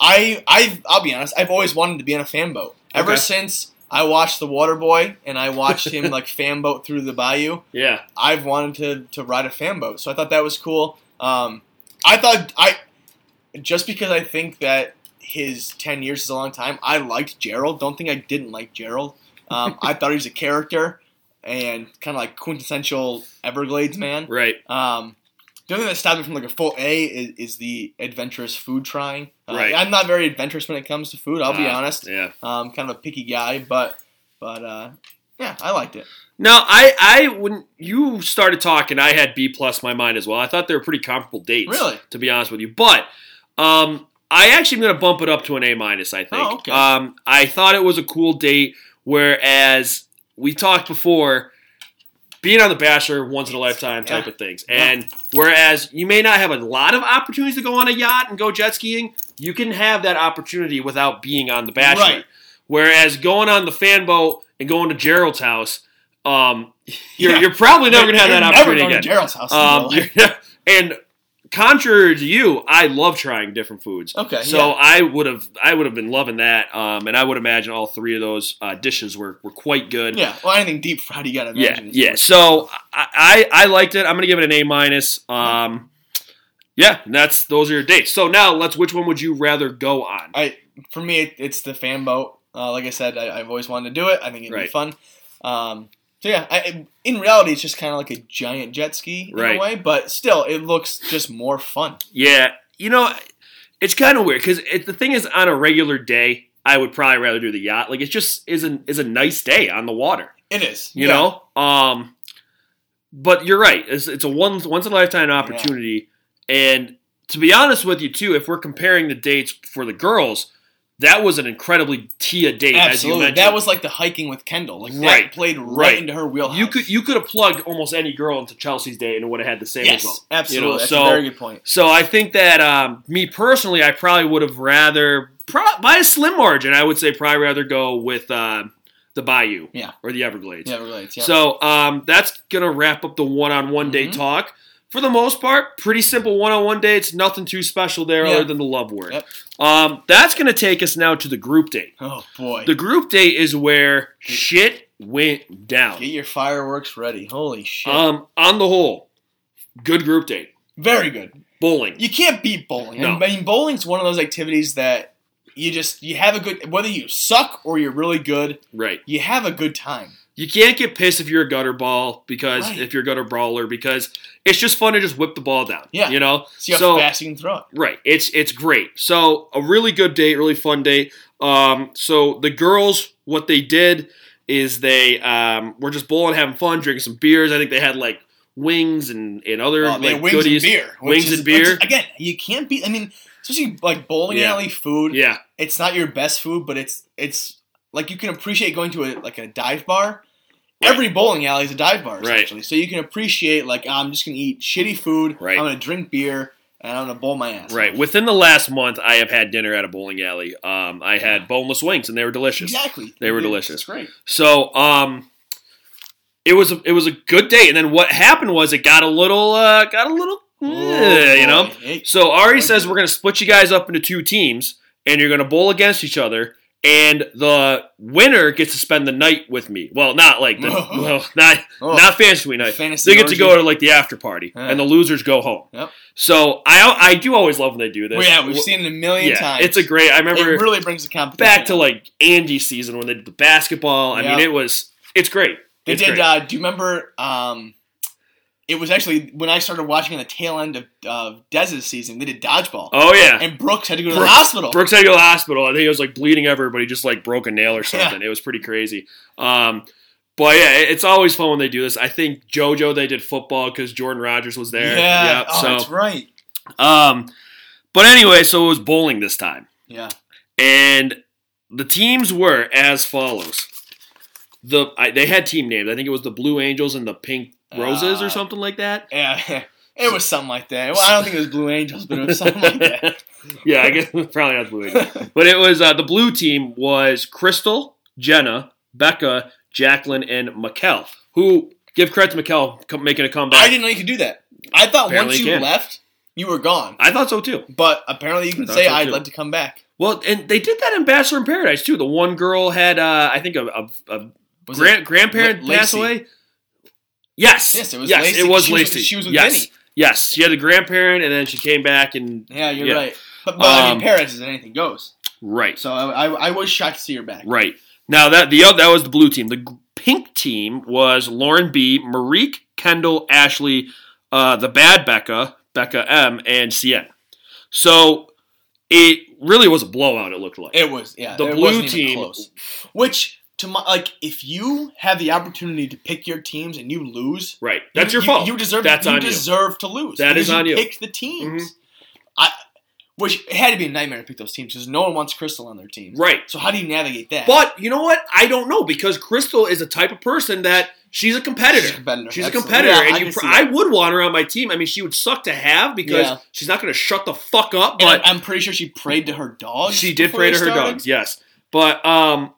Speaker 2: I I I'll be honest. I've always wanted to be on a fan boat. Ever
Speaker 1: Okay.
Speaker 2: since I watched The Water Boy and I watched him like fan boat through the bayou,
Speaker 1: yeah.
Speaker 2: I've wanted to to ride a fan boat. So I thought that was cool. Um, I thought I just because I think that his ten years is a long time. I liked Gerald. Don't think I didn't like Gerald. Um, I thought he was a character and kind of like quintessential Everglades man.
Speaker 1: Right.
Speaker 2: Um, the only thing that stopped me from like a full A is, is the adventurous food trying. Uh,
Speaker 1: Right.
Speaker 2: I'm not very adventurous when it comes to food. I'll be
Speaker 1: Ah.
Speaker 2: honest.
Speaker 1: Yeah.
Speaker 2: Um, kind of a picky guy, but but uh, yeah, I liked it.
Speaker 1: No, I, I when you started talking, I had B plus my mind as well. I thought they were pretty comparable dates,
Speaker 2: Really?
Speaker 1: to be honest with you. But um, I actually am going to bump it up to an A minus. I think.
Speaker 2: Oh, okay.
Speaker 1: Um, I thought it was a cool date, whereas we talked before. Being on the Bachelor, once in a lifetime type
Speaker 2: Yeah.
Speaker 1: of things,
Speaker 2: Yeah.
Speaker 1: and whereas you may not have a lot of opportunities to go on a yacht and go jet skiing, you can have that opportunity without being on the Bachelor.
Speaker 2: Right.
Speaker 1: Whereas going on the fan boat and going to Gerald's house, um, you're,
Speaker 2: Yeah.
Speaker 1: you're probably never gonna have
Speaker 2: You're
Speaker 1: that
Speaker 2: never
Speaker 1: opportunity
Speaker 2: going to
Speaker 1: again.
Speaker 2: Gerald's house. in
Speaker 1: Um,
Speaker 2: real life.
Speaker 1: and contrary to you, I love trying different foods.
Speaker 2: okay.
Speaker 1: So
Speaker 2: yeah.
Speaker 1: I would have I would have been loving that, um, and I would imagine all three of those uh, dishes were, were quite good.
Speaker 2: yeah. Well, anything deep fried, you gotta
Speaker 1: yeah,
Speaker 2: imagine. is
Speaker 1: yeah.
Speaker 2: good.
Speaker 1: So I, I I liked it. I'm gonna give it an A minus. Um, yeah, and that's those are your dates. So now let's which one would you rather go on?
Speaker 2: I for me, it, it's the fan boat. Uh, like I said, I, I've always wanted to do it. I think it'd
Speaker 1: Right.
Speaker 2: be fun. Um, so yeah, I, in reality, it's just kind of like a giant jet ski in
Speaker 1: Right.
Speaker 2: a way, but still, it looks just more fun.
Speaker 1: Yeah, you know, it's kind of weird because the thing is, on a regular day, I would probably rather do the yacht. Like, it just is an is a nice day on the water,
Speaker 2: It is,
Speaker 1: you
Speaker 2: Yeah.
Speaker 1: know. Um, but you're right; it's, it's a one once in a lifetime opportunity. And to be honest with you, too, if we're comparing the dates for the girls, that was an incredibly Tia date,
Speaker 2: Absolutely,
Speaker 1: as you mentioned.
Speaker 2: that was like the hiking with Kendall. Like
Speaker 1: Right.
Speaker 2: that played right,
Speaker 1: Right.
Speaker 2: into her wheelhouse.
Speaker 1: you could you could have plugged almost any girl into Chelsea's day and it would have had the same
Speaker 2: yes,
Speaker 1: result.
Speaker 2: absolutely.
Speaker 1: you know,
Speaker 2: That's
Speaker 1: so-
Speaker 2: a very good point.
Speaker 1: So I think that um, me personally, I probably would have rather, pro- by a slim margin, I would say probably rather go with uh, the Bayou
Speaker 2: Yeah.
Speaker 1: or the Everglades.
Speaker 2: Yeah, it relates. Yeah.
Speaker 1: So um, that's gonna wrap up the one-on-one day
Speaker 2: Mhm.
Speaker 1: talk. For the most part, pretty simple one-on-one dates. Nothing too special there,
Speaker 2: Yeah.
Speaker 1: other than the love word.
Speaker 2: Yep.
Speaker 1: Um, that's gonna take us now to the group date.
Speaker 2: oh boy,
Speaker 1: The group date is where shit went down.
Speaker 2: get your fireworks ready. Holy shit!
Speaker 1: Um, on the whole, good group date.
Speaker 2: very good.
Speaker 1: Bowling.
Speaker 2: You can't beat bowling.
Speaker 1: No.
Speaker 2: I mean, bowling's one of those activities that you just you have a good whether you suck or you're really good,
Speaker 1: Right.
Speaker 2: you have a good time.
Speaker 1: You can't get pissed if you're a gutter ball because
Speaker 2: Right.
Speaker 1: if you're a gutter brawler because it's just fun to just whip the ball down.
Speaker 2: Yeah.
Speaker 1: you know.
Speaker 2: See how
Speaker 1: So-
Speaker 2: fast you can throw it.
Speaker 1: Right. It's it's great. So a really good date, really fun date. Um, so the girls, what they did is they um, were just bowling, having fun, drinking some beers. I think they had like wings and and other
Speaker 2: Oh, man,
Speaker 1: like
Speaker 2: wings
Speaker 1: goodies.
Speaker 2: and beer. which
Speaker 1: Wings
Speaker 2: is-
Speaker 1: and beer.
Speaker 2: which- again, you can't beat. I mean, especially like bowling
Speaker 1: Yeah.
Speaker 2: alley food.
Speaker 1: Yeah,
Speaker 2: It's not your best food, but it's it's like you can appreciate going to a like a dive bar.
Speaker 1: Right.
Speaker 2: Every bowling alley is a dive bar,
Speaker 1: Right.
Speaker 2: essentially. So you can appreciate like "Ah, I'm just gonna eat shitty food.
Speaker 1: Right.
Speaker 2: I'm gonna drink beer and I'm gonna bowl my ass.
Speaker 1: right. Within the last month, I have had dinner at a bowling alley. Um, I had boneless wings, and they were delicious.
Speaker 2: Exactly.
Speaker 1: They were
Speaker 2: It's
Speaker 1: delicious.
Speaker 2: great.
Speaker 1: So um it was a, it was a good day and then what happened was it got a little uh got a little
Speaker 2: Oh,
Speaker 1: eh, you know.
Speaker 2: Hey,
Speaker 1: So Ari says we're going to split you guys up into two teams and you're going to bowl against each other and the winner gets to spend the night with me. Well, not like the well, not
Speaker 2: oh,
Speaker 1: not fantasy night.
Speaker 2: fantasy
Speaker 1: They get to
Speaker 2: orgy.
Speaker 1: go to like the after party
Speaker 2: Yeah.
Speaker 1: and the losers go home.
Speaker 2: Yep.
Speaker 1: So I I do always love when they do this.
Speaker 2: Well, yeah, we've
Speaker 1: Well,
Speaker 2: seen it a million
Speaker 1: yeah,
Speaker 2: times.
Speaker 1: It's a great I remember
Speaker 2: It really brings the competition
Speaker 1: back to
Speaker 2: up.
Speaker 1: like Andy season when they did the basketball. I mean,
Speaker 2: Yeah.
Speaker 1: it was it's great.
Speaker 2: They
Speaker 1: It's
Speaker 2: did.
Speaker 1: great.
Speaker 2: Uh, do you remember? Um, it was actually when I started watching on the tail end of uh, Dez's season. They did dodgeball,
Speaker 1: oh yeah,
Speaker 2: and Brooks had to go to
Speaker 1: Brooks-
Speaker 2: the hospital.
Speaker 1: Brooks had to go to the hospital. I think he was like bleeding everywhere, but he just like broke a nail or something. It was pretty crazy. Um, but yeah, it- it's always fun when they do this. I think JoJo they did football because Jordan Rogers was there.
Speaker 2: Yeah.
Speaker 1: Yep,
Speaker 2: oh, that's right.
Speaker 1: so um, but anyway, so it was bowling this time,
Speaker 2: Yeah.
Speaker 1: and the teams were as follows. The I, they had team names. I think it was the Blue Angels and the Pink Roses or
Speaker 2: Uh,
Speaker 1: something like that.
Speaker 2: Yeah, it was something like that. Well, I don't think it was Blue Angels, but it was something like that.
Speaker 1: Yeah, I guess probably not Blue. Angels. But it was uh, the blue team was Crystal, Jenna, Becca, Jacqueline, and Mikkel. Who give credit to Mikkel com- making a comeback.
Speaker 2: I didn't know you could do that. I thought
Speaker 1: Apparently
Speaker 2: once
Speaker 1: you
Speaker 2: you
Speaker 1: can.
Speaker 2: left, you were gone.
Speaker 1: I thought so too.
Speaker 2: But apparently, you can
Speaker 1: thought
Speaker 2: say
Speaker 1: so,
Speaker 2: I'd
Speaker 1: too.
Speaker 2: love to come back.
Speaker 1: Well, and they did that in Bachelor in Paradise too. The one girl had, uh, I think, a, a, a
Speaker 2: Was
Speaker 1: grand, grandparent
Speaker 2: La-
Speaker 1: pass
Speaker 2: Lacey?
Speaker 1: away. Yes,
Speaker 2: Yes, it was
Speaker 1: Yes,
Speaker 2: Lacey.
Speaker 1: it was
Speaker 2: She was-
Speaker 1: Lacey.
Speaker 2: she was with
Speaker 1: yes.
Speaker 2: Vinny.
Speaker 1: Yes, she had a grandparent, and then she came back and
Speaker 2: it? Yeah, you're
Speaker 1: Yeah.
Speaker 2: right. But, but I
Speaker 1: Um,
Speaker 2: mean, Paris is anything goes.
Speaker 1: right,
Speaker 2: So I, I, I was shocked to see her back.
Speaker 1: right. Now that the other that was the blue team. The g- pink team was Lauren B, Marique, Kendall, Ashley, uh, the bad Becca, Becca M, and Cien. So it really was a blowout. It looked like
Speaker 2: It was yeah.
Speaker 1: The
Speaker 2: it
Speaker 1: blue
Speaker 2: wasn't even
Speaker 1: team-
Speaker 2: close. which to my like, if you have the opportunity to pick your teams and you lose,
Speaker 1: right. That's
Speaker 2: you,
Speaker 1: your fault.
Speaker 2: You, you deserve.
Speaker 1: That's
Speaker 2: you
Speaker 1: on you.
Speaker 2: deserve to lose.
Speaker 1: That
Speaker 2: because
Speaker 1: is on you. Mm-hmm.
Speaker 2: Picked the teams. I, which it had to be a nightmare to pick those teams because no one wants Crystal on their team.
Speaker 1: Right.
Speaker 2: So how do you navigate that?
Speaker 1: But you know what? I don't know because Crystal is a type of person that she's a competitor.
Speaker 2: She's a competitor.
Speaker 1: She's
Speaker 2: Absolutely.
Speaker 1: a competitor,
Speaker 2: Yeah, I
Speaker 1: and
Speaker 2: can
Speaker 1: you pr-
Speaker 2: see
Speaker 1: I
Speaker 2: that.
Speaker 1: would want her on my team. I mean, she would suck to have because
Speaker 2: Yeah.
Speaker 1: she's not going to shut the fuck up.
Speaker 2: And
Speaker 1: But
Speaker 2: I'm pretty sure she prayed to her dogs.
Speaker 1: Oh, she did
Speaker 2: before
Speaker 1: pray to
Speaker 2: they
Speaker 1: her
Speaker 2: started.
Speaker 1: dogs, yes. But um,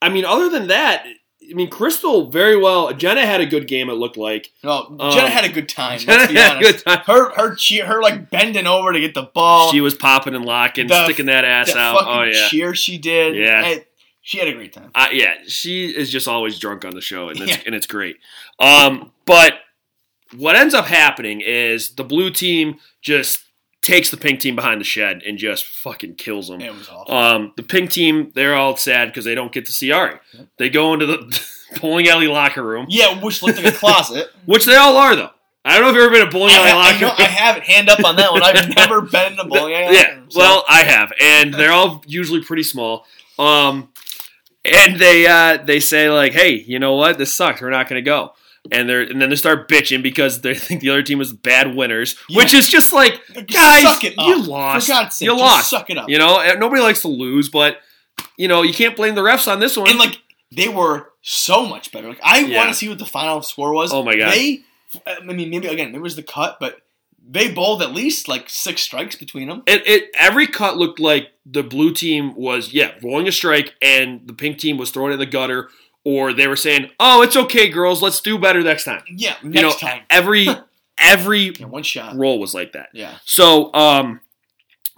Speaker 1: I mean, other than that, I mean, Crystal very well. Jenna had a good game. It looked like
Speaker 2: No,
Speaker 1: Um,
Speaker 2: Jenna had a good time.
Speaker 1: Jenna
Speaker 2: let's be
Speaker 1: had a good
Speaker 2: honest.
Speaker 1: time.
Speaker 2: Her her cheer, her like bending over to get the ball.
Speaker 1: Uh, She was popping and locking,
Speaker 2: The-
Speaker 1: sticking that ass
Speaker 2: that
Speaker 1: out.
Speaker 2: fucking
Speaker 1: Oh yeah,
Speaker 2: cheer she did.
Speaker 1: Yeah.
Speaker 2: And she had a great time.
Speaker 1: I, yeah, she is just always drunk on the show, and it's,
Speaker 2: Yeah.
Speaker 1: and it's great. Um, but what ends up happening is the blue team just takes the pink team behind the shed and just fucking kills them.
Speaker 2: It was awful.
Speaker 1: Um, the pink team, they're all sad because they don't get to see Ari.
Speaker 2: Yep.
Speaker 1: They go into the bowling alley locker room,
Speaker 2: yeah, which looked like a closet.
Speaker 1: which they all are though. I don't know if you've ever been to a bowling alley
Speaker 2: I, I,
Speaker 1: locker
Speaker 2: know,
Speaker 1: room.
Speaker 2: I have it. Hand up on that one. I've never been in a bowling alley.
Speaker 1: yeah,
Speaker 2: so-
Speaker 1: well, I have, and they're all usually pretty small. Um, and they uh, they say like, "Hey, you know what? This sucks. We're not going to go." And they're and then they start bitching because they think the other team is bad winners,
Speaker 2: Yeah.
Speaker 1: which is just like,
Speaker 2: Just
Speaker 1: guys,
Speaker 2: suck it up.
Speaker 1: you lost.
Speaker 2: For God's sake,
Speaker 1: You
Speaker 2: just
Speaker 1: lost.
Speaker 2: Suck it up.
Speaker 1: you know, and nobody likes to lose, but you know, you can't blame the refs on this one.
Speaker 2: And like they were so much better. Like I
Speaker 1: Yeah.
Speaker 2: want to see what the final score was.
Speaker 1: Oh, my God.
Speaker 2: They, I mean, maybe again, maybe it was the cut, but they bowled at least like six strikes between them.
Speaker 1: it, it every cut looked like the blue team was yeah rolling a strike and the pink team was throwing it in the gutter or they were saying oh it's okay girls let's do better next time
Speaker 2: Yeah, next
Speaker 1: you know
Speaker 2: time.
Speaker 1: every every
Speaker 2: Yeah, one shot.
Speaker 1: roll was like that
Speaker 2: Yeah,
Speaker 1: so um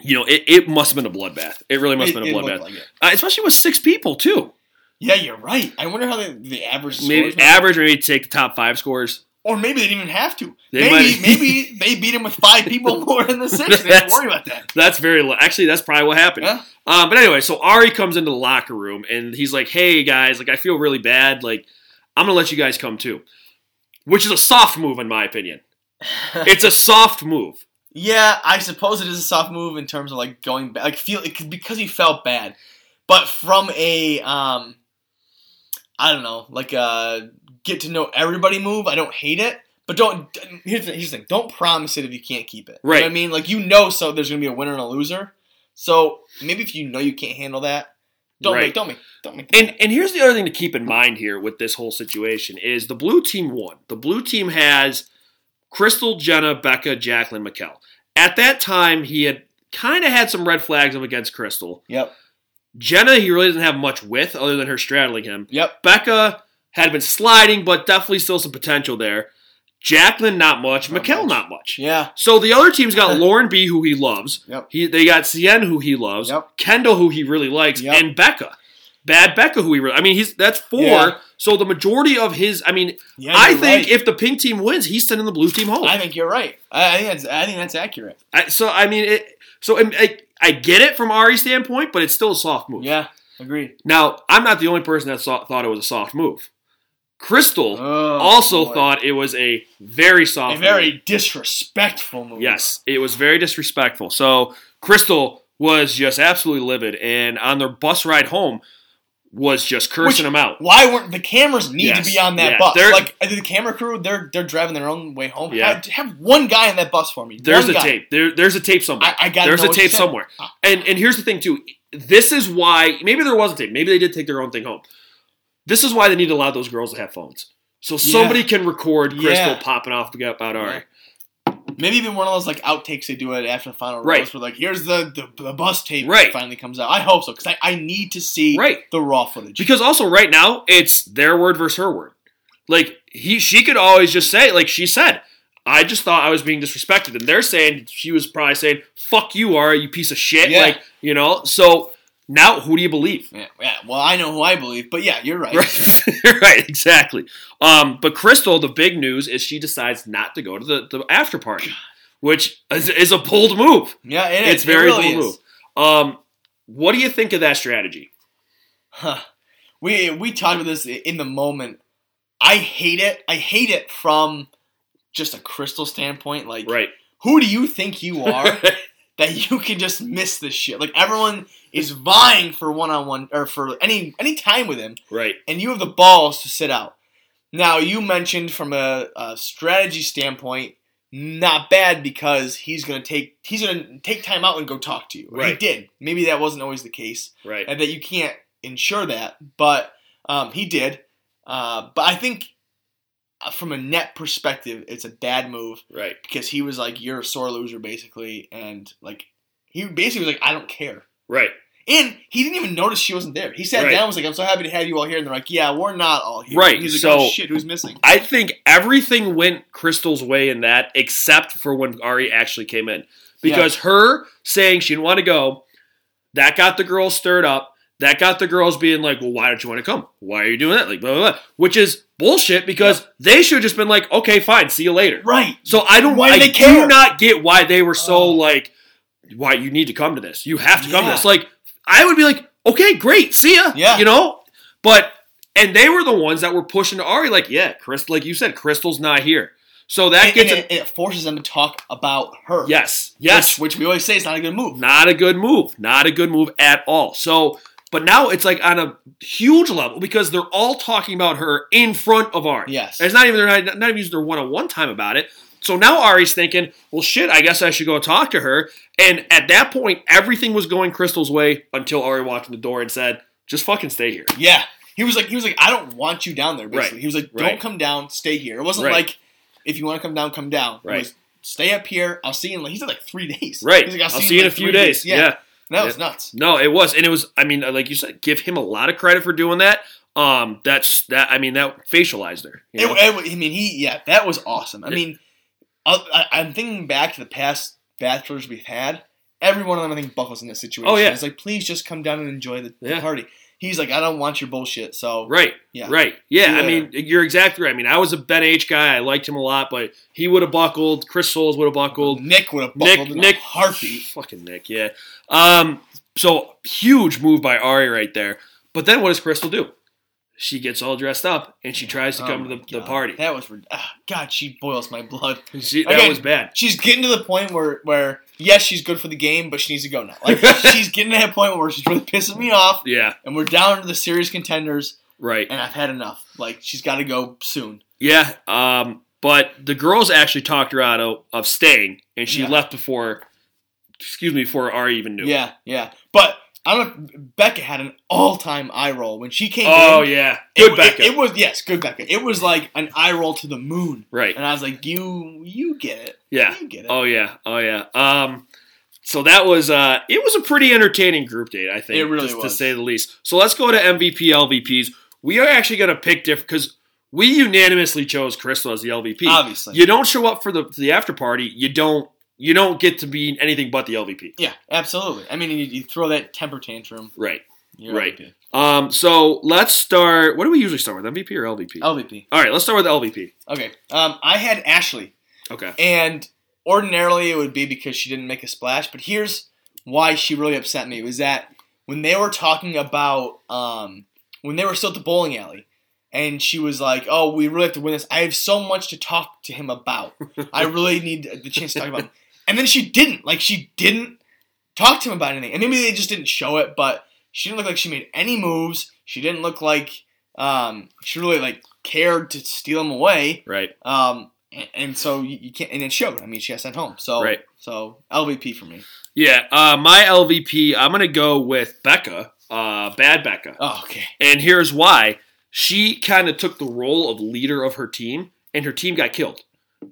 Speaker 1: you know it, it must have been a bloodbath it really must have
Speaker 2: It-
Speaker 1: been a
Speaker 2: it looked
Speaker 1: bloodbath
Speaker 2: like it.
Speaker 1: uh, especially with six people too
Speaker 2: Yeah, you're right. I wonder how they, the average
Speaker 1: maybe
Speaker 2: scores were.
Speaker 1: average maybe take the top five scores
Speaker 2: or maybe they didn't even have to.
Speaker 1: They
Speaker 2: maybe
Speaker 1: might-
Speaker 2: maybe they beat him with five people more than the six. They didn't
Speaker 1: That's-
Speaker 2: worry about that.
Speaker 1: that's very low actually that's probably what happened
Speaker 2: Yeah.
Speaker 1: Um, but anyway, so Ari comes into the locker room and he's like, "Hey guys, like I feel really bad. Like I'm gonna let you guys come too," which is a soft move in my opinion. it's a soft move.
Speaker 2: Yeah, I suppose it is a soft move in terms of like going back, like feel it, because he felt bad, but from a um, I don't know, like a get to know everybody move. I don't hate it, but don't. Here's the, here's the thing: don't promise it if you can't keep it. You know what
Speaker 1: Right.
Speaker 2: I mean, like you know, so there's gonna be a winner and a loser. So maybe if you know you can't handle that, don't
Speaker 1: Right.
Speaker 2: make, don't make, don't make.
Speaker 1: And and here's the other thing to keep in mind here with this whole situation is the blue team won. The blue team has Crystal, Jenna, Becca, Jacqueline, Mikkel. At that time, he had kind of had some red flags up against Crystal.
Speaker 2: yep,
Speaker 1: Jenna, he really doesn't have much with other than her straddling him.
Speaker 2: yep.
Speaker 1: Becca had been sliding, but definitely still some potential there. Jacqueline, not much.
Speaker 2: Not
Speaker 1: Mikkel,
Speaker 2: much.
Speaker 1: not much.
Speaker 2: Yeah,
Speaker 1: So the other team's got Lauren B, who he loves.
Speaker 2: Yep.
Speaker 1: He, they got Cien, who he loves.
Speaker 2: Yep.
Speaker 1: Kendall, who he really likes,
Speaker 2: Yep.
Speaker 1: and Becca. Bad Becca, who he really. I mean, he's that's four.
Speaker 2: Yeah.
Speaker 1: So the majority of his. I mean,
Speaker 2: yeah.
Speaker 1: I
Speaker 2: you're
Speaker 1: think
Speaker 2: right.
Speaker 1: if the pink team wins, he's sending the blue team home.
Speaker 2: I think you're right. I, I think that's I think that's accurate.
Speaker 1: I- so I mean, it, so I, I, I get it from Ari's standpoint, but it's still a soft move.
Speaker 2: Yeah, agreed.
Speaker 1: Now I'm not the only person that saw, thought it was a soft move. Crystal
Speaker 2: Oh,
Speaker 1: also
Speaker 2: boy.
Speaker 1: thought it was a very soft
Speaker 2: a
Speaker 1: move.
Speaker 2: very disrespectful move.
Speaker 1: yes it was very disrespectful so crystal was just absolutely livid and on their bus ride home was just cursing
Speaker 2: Which-
Speaker 1: him out
Speaker 2: Why weren't the cameras need
Speaker 1: Yes,
Speaker 2: to be on that
Speaker 1: yeah,
Speaker 2: bus?
Speaker 1: they're-
Speaker 2: Like uh, the camera crew, they're they're driving their own way home.
Speaker 1: Yeah.
Speaker 2: Have- have one guy in that bus for me.
Speaker 1: there's
Speaker 2: One
Speaker 1: a
Speaker 2: guy.
Speaker 1: tape there, there's a tape somewhere
Speaker 2: I, I got.
Speaker 1: there's a tape somewhere and and here's the thing too this is why maybe there was a tape maybe they did take their own thing home this is why they need to allow those girls to have phones So somebody can record Crystal
Speaker 2: Yeah.
Speaker 1: popping off the gut about Ari.
Speaker 2: Maybe even one of those like outtakes they do it after the final
Speaker 1: Right.
Speaker 2: roast, where like here's the the, the bus tape
Speaker 1: Right.
Speaker 2: that finally comes out. I hope so because I, I need to see
Speaker 1: Right.
Speaker 2: the raw footage.
Speaker 1: Because also right now it's their word versus her word. Like he she could always just say, like she said, I just thought I was being disrespected. And they're saying she was probably saying, Fuck you, Ari, you piece of shit.
Speaker 2: Yeah.
Speaker 1: Like, you know, so now who do you believe?
Speaker 2: yeah, yeah, well, I know who I believe, but yeah, you're right.
Speaker 1: Right. right, exactly. Um, but Crystal, the big news is she decides not to go to the, the after party, which is, is a bold move.
Speaker 2: Yeah, it is.
Speaker 1: it's very
Speaker 2: it really
Speaker 1: bold
Speaker 2: is.
Speaker 1: move. Um, what do you think of that strategy?
Speaker 2: Huh. We we talked about this in the moment. I hate it. I hate it from just a crystal standpoint. Like,
Speaker 1: Right.
Speaker 2: who do you think you are that you can just miss this shit? Like, everyone is vying for one on one or for any any time with him,
Speaker 1: Right.
Speaker 2: and you have the balls to sit out. Now, you mentioned from a, a strategy standpoint, not bad because he's gonna take he's gonna take time out and go talk to you. And He
Speaker 1: Right.
Speaker 2: did. Maybe that wasn't always the case
Speaker 1: Right.
Speaker 2: and that you can't ensure that. But um, he did. Uh, but I think uh, from a net perspective, it's a bad move
Speaker 1: Right.
Speaker 2: because he was like, "You're a sore loser," basically, and like he basically was like, "I don't care."
Speaker 1: Right.
Speaker 2: And he didn't even notice she wasn't there. He sat
Speaker 1: Right.
Speaker 2: down, was like, "I'm so happy to have you all here," and they're like, "Yeah, we're not all here."
Speaker 1: Right,
Speaker 2: He's like,
Speaker 1: so-
Speaker 2: "Oh shit, who's missing?"
Speaker 1: I think everything went Crystal's way in that, except for when Ari actually came in. Because her saying she didn't want to go, that got the girls stirred up. That got the girls being like, well, why don't you want to come? Why are you doing that? Like, blah, blah, blah. Which is bullshit because they should have just been like, okay, fine, see you later.
Speaker 2: Right.
Speaker 1: So I don't,
Speaker 2: Why do
Speaker 1: I
Speaker 2: they care?
Speaker 1: do not get why they were so
Speaker 2: Oh.
Speaker 1: like, why you need to come to this. You have to come to
Speaker 2: Yeah.
Speaker 1: this. Like, I would be like, okay, great, see ya.
Speaker 2: Yeah.
Speaker 1: You know? But, and they were the ones that were pushing to Ari, like, yeah, Crystal, like you said, Crystal's not here. So that
Speaker 2: And, and
Speaker 1: gets,
Speaker 2: it, it forces them to talk about her.
Speaker 1: a, yes, yes.
Speaker 2: Which, which we always say is not a good move.
Speaker 1: Not a good move. Not a good move at all. So, but now it's like on a huge level because they're all talking about her in front of Ari.
Speaker 2: Yes.
Speaker 1: And it's not even they're not, not even using their one-on-one time about it. So now Ari's thinking, well, shit. I guess I should go talk to her. And at that point, everything was going Crystal's way until Ari walked in the door and said, "Just fucking stay here."
Speaker 2: Yeah. He was like, he was like, I don't want you down there. Basically,
Speaker 1: Right.
Speaker 2: he was like, don't
Speaker 1: Right.
Speaker 2: come down, stay here. It wasn't
Speaker 1: Right.
Speaker 2: like, if you want to come down, come down. It
Speaker 1: Right.
Speaker 2: was, stay up here. I'll see you in like he said like three days.
Speaker 1: Right.
Speaker 2: He was
Speaker 1: I'll,
Speaker 2: like,
Speaker 1: see you in a
Speaker 2: like,
Speaker 1: few
Speaker 2: three
Speaker 1: days.
Speaker 2: Yeah.
Speaker 1: yeah.
Speaker 2: And that was nuts.
Speaker 1: No, it was, and it was. I mean, like you said, give him a lot of credit for doing that. Um, that's that. I mean, that facialized her. you
Speaker 2: It-
Speaker 1: know?
Speaker 2: it- I mean, he yeah, that was awesome. I
Speaker 1: Yeah.
Speaker 2: mean, I'll- I, I'm thinking back to the past bachelors we've had. Every one of them, I think, buckles in this situation.
Speaker 1: Oh, yeah.
Speaker 2: It's like, please just come down and enjoy the, the
Speaker 1: Yeah.
Speaker 2: party. He's like, I don't want your bullshit. So
Speaker 1: Right.
Speaker 2: yeah,
Speaker 1: Right. Yeah. I
Speaker 2: Yeah.
Speaker 1: mean, you're exactly right. I mean, I was a Ben H guy. I liked him a lot, but he would have buckled. Chris Soules would have buckled.
Speaker 2: Nick would have
Speaker 1: Nick.
Speaker 2: buckled in
Speaker 1: Nick.
Speaker 2: a heartbeat.
Speaker 1: Fucking Nick. Yeah. Um. So huge move by Ari right there. But then what does Crystal do? She gets all dressed up and she tries to
Speaker 2: Oh
Speaker 1: come to
Speaker 2: my
Speaker 1: the, the
Speaker 2: God.
Speaker 1: party.
Speaker 2: That was rid- ah, God. She boils my blood.
Speaker 1: She, that
Speaker 2: Again,
Speaker 1: was bad.
Speaker 2: She's getting to the point where where yes, she's good for the game, but she needs to go now. Like she's getting to that point where she's really pissing me off,
Speaker 1: Yeah.
Speaker 2: and we're down to the serious contenders,
Speaker 1: Right.
Speaker 2: and I've had enough. Like she's got to go soon.
Speaker 1: Yeah. Um. But the girls actually talked her out of, of staying, and she
Speaker 2: Yeah.
Speaker 1: left before. Excuse me, before Ari even knew.
Speaker 2: Yeah, yeah. But I don't. know, Becca had an all time eye roll when she came.
Speaker 1: Oh
Speaker 2: in,
Speaker 1: yeah.
Speaker 2: it-
Speaker 1: Good
Speaker 2: it,
Speaker 1: Becca.
Speaker 2: It, was yes, good Becca. It was like an eye roll to the moon,
Speaker 1: right.
Speaker 2: and I was like, you you get it.
Speaker 1: Yeah.
Speaker 2: you get it.
Speaker 1: Oh yeah, oh yeah. Um, so that was uh, it was a pretty entertaining group date, I think,
Speaker 2: It really
Speaker 1: just to
Speaker 2: was.
Speaker 1: say the least. So let's go to MVP LVPs. We are actually going to pick different because we unanimously chose Crystal as the LVP.
Speaker 2: Obviously,
Speaker 1: You don't show up for the the after party. You don't you don't get to be anything but the LVP.
Speaker 2: yeah, absolutely. I mean, you, you throw that temper tantrum.
Speaker 1: Right.
Speaker 2: You're
Speaker 1: Right.
Speaker 2: LVP.
Speaker 1: Um, so let's start. What do we usually start with? MVP or LVP?
Speaker 2: LVP.
Speaker 1: All right, let's start with LVP.
Speaker 2: Okay. Um, I had Ashley.
Speaker 1: Okay.
Speaker 2: And ordinarily it would be because she didn't make a splash, but here's why she really upset me was that when they were talking about um, when they were still at the bowling alley and she was like, "Oh, we really have to win this. I have so much to talk to him about. I really need the chance to talk about." Him. And then she didn't. Like she didn't talk to him about anything. And maybe they just didn't show it, but she didn't look like she made any moves. She didn't look like um, she really like cared to steal him away.
Speaker 1: Right.
Speaker 2: Um, and, and so you, you can't, and it showed. I mean, she got sent home. So,
Speaker 1: Right.
Speaker 2: so LVP for me.
Speaker 1: Yeah. Uh, my LVP. I'm going to go with Becca. Uh, bad Becca.
Speaker 2: Oh, okay.
Speaker 1: And here's why. she kind of took the role of leader of her team, and her team got killed.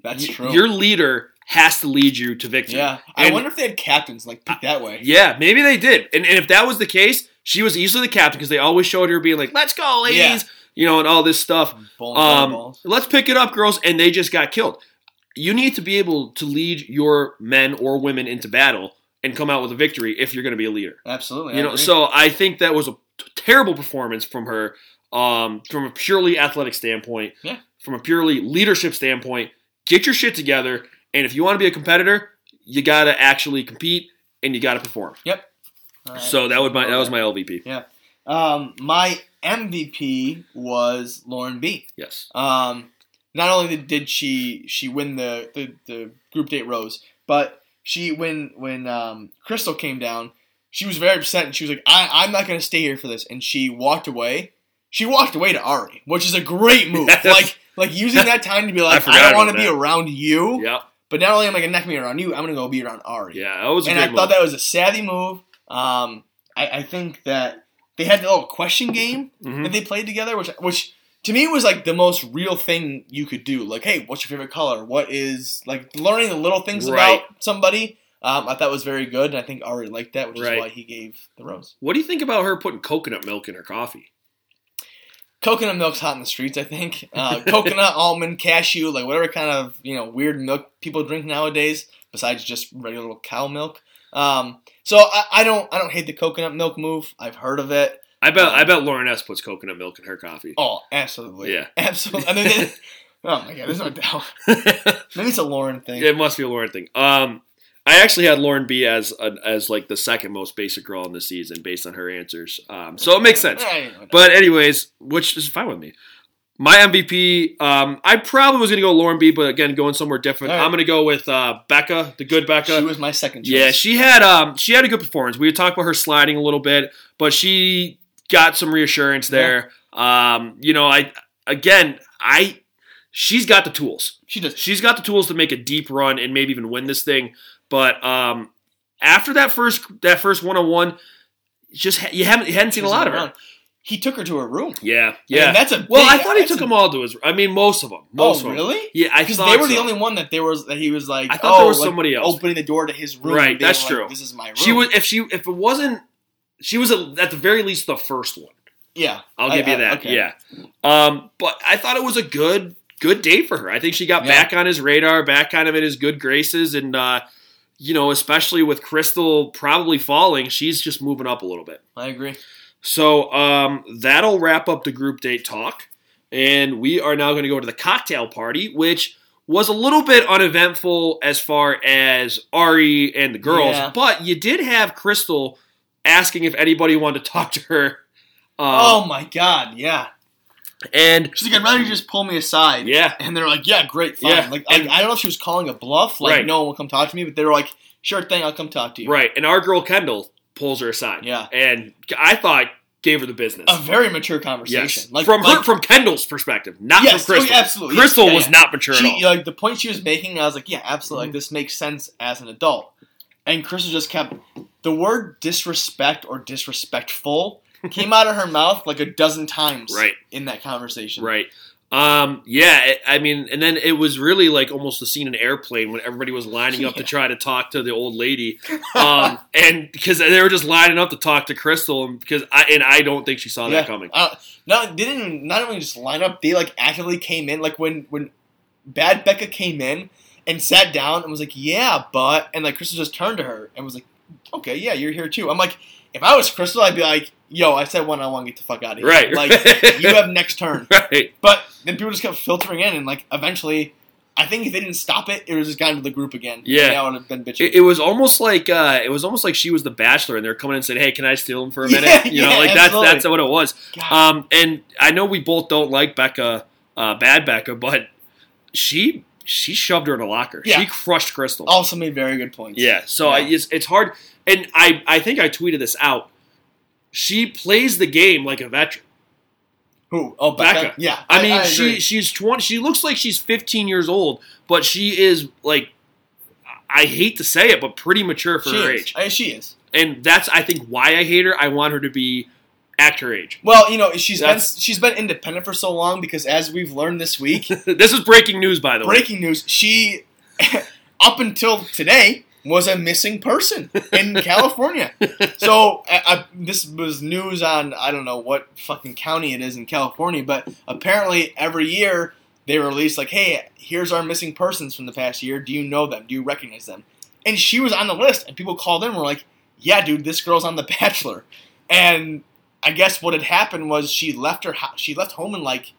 Speaker 2: That's
Speaker 1: Y-
Speaker 2: true.
Speaker 1: Your leader has to lead you to victory.
Speaker 2: yeah. I
Speaker 1: And-
Speaker 2: wonder if they had captains like picked that way.
Speaker 1: Yeah, maybe they did. And, and if that was the case, she was easily the captain because they always showed her being like, let's go, ladies,
Speaker 2: Yeah.
Speaker 1: you know, and all this stuff.
Speaker 2: Bowling
Speaker 1: Um,
Speaker 2: balls.
Speaker 1: let's pick it up, girls. And they just got killed. You need to be able to lead your men or women into battle and come out with a victory if you're going to be a leader.
Speaker 2: Absolutely.
Speaker 1: You
Speaker 2: I
Speaker 1: know,
Speaker 2: agree.
Speaker 1: so I think that was a t- terrible performance from her, um, from a purely athletic standpoint,
Speaker 2: Yeah.
Speaker 1: from a purely leadership standpoint. Get your shit together, and if you want to be a competitor, you gotta actually compete and you gotta perform.
Speaker 2: All right.
Speaker 1: So that was my that was my LVP.
Speaker 2: um, my MVP was Lauren B.
Speaker 1: Yes,
Speaker 2: Um, not only did she she win the, the, the group date rose, but she when when um, Crystal came down, she was very upset and she was like, I, "I'm not going to stay here for this," and she walked away. She walked away to Ari, which is a great move.
Speaker 1: Yes.
Speaker 2: Like like using that time to be like,
Speaker 1: forgot
Speaker 2: I, don't
Speaker 1: about
Speaker 2: want to be
Speaker 1: that.
Speaker 2: around you,
Speaker 1: yeah,
Speaker 2: but not only am I gonna not gonna be around you, I'm gonna go be around Ari.
Speaker 1: yeah, that was a
Speaker 2: and I
Speaker 1: great
Speaker 2: thought
Speaker 1: move.
Speaker 2: that was a savvy move. Um, I, I think that they had the little question game
Speaker 1: Mhm.
Speaker 2: that they played together, which which to me was like the most real thing you could do. Like, hey, what's your favorite color? What is like learning the little things
Speaker 1: Right.
Speaker 2: about somebody? Um, I thought was very good, and I think Ari liked that, which
Speaker 1: Right.
Speaker 2: is why he gave the rose.
Speaker 1: What do you think about her putting coconut milk in her coffee?
Speaker 2: Coconut milk's hot in the streets, I think. Uh, coconut, almond, cashew, like whatever kind of you know weird milk people drink nowadays, besides just regular old cow milk. Um, so I, I don't, I don't hate the coconut milk move. I've heard of it.
Speaker 1: I bet
Speaker 2: Um,
Speaker 1: I bet Lauren S puts coconut milk in her coffee.
Speaker 2: Oh, absolutely,
Speaker 1: Yeah.
Speaker 2: absolutely. And then, oh my god, there's no doubt. Maybe it's a Lauren thing.
Speaker 1: It must be a Lauren thing. Um, I actually had Lauren B as uh, as like the second most basic girl in the season based on her answers. Um, so it makes sense.
Speaker 2: Yeah, you know,
Speaker 1: But anyways, which is fine with me. My MVP, um, I probably was gonna go Lauren B, but again, going somewhere different.
Speaker 2: All right.
Speaker 1: I'm gonna go with uh, Becca, the good Becca.
Speaker 2: she was my second choice.
Speaker 1: uh, Yeah, she had um she had a good performance. We talked about her sliding a little bit, but she got some reassurance there. Um, you know, I again, I she's got the tools.
Speaker 2: she does.
Speaker 1: She's got the tools to make a deep run and maybe even win this thing. But um, after that first that first one on one, just ha- you haven't you hadn't seen a lot of her.
Speaker 2: He took her to her room.
Speaker 1: Yeah,
Speaker 2: Yeah,
Speaker 1: yeah.
Speaker 2: that's a.
Speaker 1: well,
Speaker 2: big-
Speaker 1: I thought he
Speaker 2: that's
Speaker 1: took
Speaker 2: a-
Speaker 1: them all to his. I mean, most of them. Most of
Speaker 2: Oh,
Speaker 1: 'em.
Speaker 2: really?
Speaker 1: Yeah, I
Speaker 2: Because
Speaker 1: thought
Speaker 2: they were the
Speaker 1: so.
Speaker 2: only one that there was that he was like.
Speaker 1: I thought there
Speaker 2: oh,
Speaker 1: was
Speaker 2: like,
Speaker 1: somebody else.
Speaker 2: opening the door to his room.
Speaker 1: Right,
Speaker 2: and being
Speaker 1: that's
Speaker 2: like,
Speaker 1: true.
Speaker 2: This is my room.
Speaker 1: She was if she if it wasn't she was a, at the very least the first one.
Speaker 2: Yeah,
Speaker 1: I'll
Speaker 2: I-
Speaker 1: give
Speaker 2: I-
Speaker 1: you that.
Speaker 2: okay.
Speaker 1: Yeah. Um, but I thought it was a good good day for her. I think she got
Speaker 2: Yeah.
Speaker 1: back on his radar, back kind of in his good graces, and uh, you know, especially with Crystal probably falling, she's just moving up a little bit.
Speaker 2: I agree.
Speaker 1: So um, that'll wrap up the group date talk, and we are now going to go to the cocktail party, which was a little bit uneventful as far as Ari and the girls,
Speaker 2: Yeah.
Speaker 1: but you did have Crystal asking if anybody wanted to talk to her. Um,
Speaker 2: oh my god, yeah.
Speaker 1: and
Speaker 2: She's like, I'd rather you just pull me aside.
Speaker 1: yeah,
Speaker 2: And they're like, yeah, great, fine.
Speaker 1: Yeah,
Speaker 2: Like,
Speaker 1: and-
Speaker 2: I, I don't know if she was calling a bluff, like
Speaker 1: Right.
Speaker 2: no one will come talk to me, but they were like, sure thing, I'll come talk to you.
Speaker 1: right. And our girl Kendall pulls her aside.
Speaker 2: Yeah.
Speaker 1: and I thought gave her the business.
Speaker 2: A very mature conversation.
Speaker 1: Yes,
Speaker 2: Like
Speaker 1: from her,
Speaker 2: like,
Speaker 1: from Kendall's perspective, not
Speaker 2: yes,
Speaker 1: from
Speaker 2: oh, yeah,
Speaker 1: Crystal.
Speaker 2: absolutely.
Speaker 1: Crystal
Speaker 2: Yeah,
Speaker 1: was
Speaker 2: yeah.
Speaker 1: not mature at all. Mm-hmm.
Speaker 2: She, like the point she was making, I was like, yeah, absolutely. Like this makes sense as an adult. And Crystal just kept the word disrespect or disrespectful came out of her mouth like a dozen times
Speaker 1: Right.
Speaker 2: in that conversation.
Speaker 1: Right. Um, yeah, it- I mean, and then it was really like almost a scene in Airplane when everybody was lining up to
Speaker 2: Yeah.
Speaker 1: try to talk to the old lady, um, and because they were just lining up to talk to Crystal, and because I and I don't think she saw that coming.
Speaker 2: Uh, no, they didn't. Not only just line up, they like actively came in. Like when when Bad Becca came in and sat down and was like, "Yeah, but," and like Crystal just turned to her and was like, "Okay, yeah, you're here too." I'm like, if I was Crystal, I'd be like, "Yo, I said one on one, get the fuck out of here."
Speaker 1: Right.
Speaker 2: Like you have next turn.
Speaker 1: right.
Speaker 2: But then people just kept filtering in, and like eventually, I think if they didn't stop it, it would have just gone to the group again.
Speaker 1: Yeah.
Speaker 2: and I would have been bitching.
Speaker 1: It, it was almost like uh, it was almost like she was the bachelor, and they're coming in and saying, "Hey, can I steal him for a
Speaker 2: Yeah,
Speaker 1: minute?" you know,
Speaker 2: yeah,
Speaker 1: like that's
Speaker 2: absolutely.
Speaker 1: that's what it was.
Speaker 2: God.
Speaker 1: Um, and I know we both don't like Becca, uh, bad Becca, but she she shoved her in a locker.
Speaker 2: Yeah.
Speaker 1: She crushed Crystal.
Speaker 2: also made very good points.
Speaker 1: uh, Yeah, so I,
Speaker 2: Yeah.
Speaker 1: it's, it's hard, and I I think I tweeted this out. She plays the game like a veteran.
Speaker 2: Who? Oh, Becca.
Speaker 1: Becca.
Speaker 2: Yeah.
Speaker 1: I mean, she
Speaker 2: agree.
Speaker 1: she's twenty. She looks like she's fifteen years old, but she is like, I hate to say it, but pretty mature for
Speaker 2: She
Speaker 1: her
Speaker 2: is.
Speaker 1: age.
Speaker 2: I- she is.
Speaker 1: And that's I think why I hate her. I want her to be act her age.
Speaker 2: Well, you know, she's
Speaker 1: That's-
Speaker 2: been she's been independent for so long because as we've learned this week,
Speaker 1: this is breaking news, by the way.
Speaker 2: breaking news, she up until today was a missing person in California. So I, I, this was news on I don't know what fucking county it is in California, but apparently every year they release like, "Hey, here's our missing persons from the past year. Do you know them? Do you recognize them?" And she was on the list, and people called in and were like, "Yeah, dude, this girl's on The Bachelor." And I guess what had happened was she left her ho- she left home in like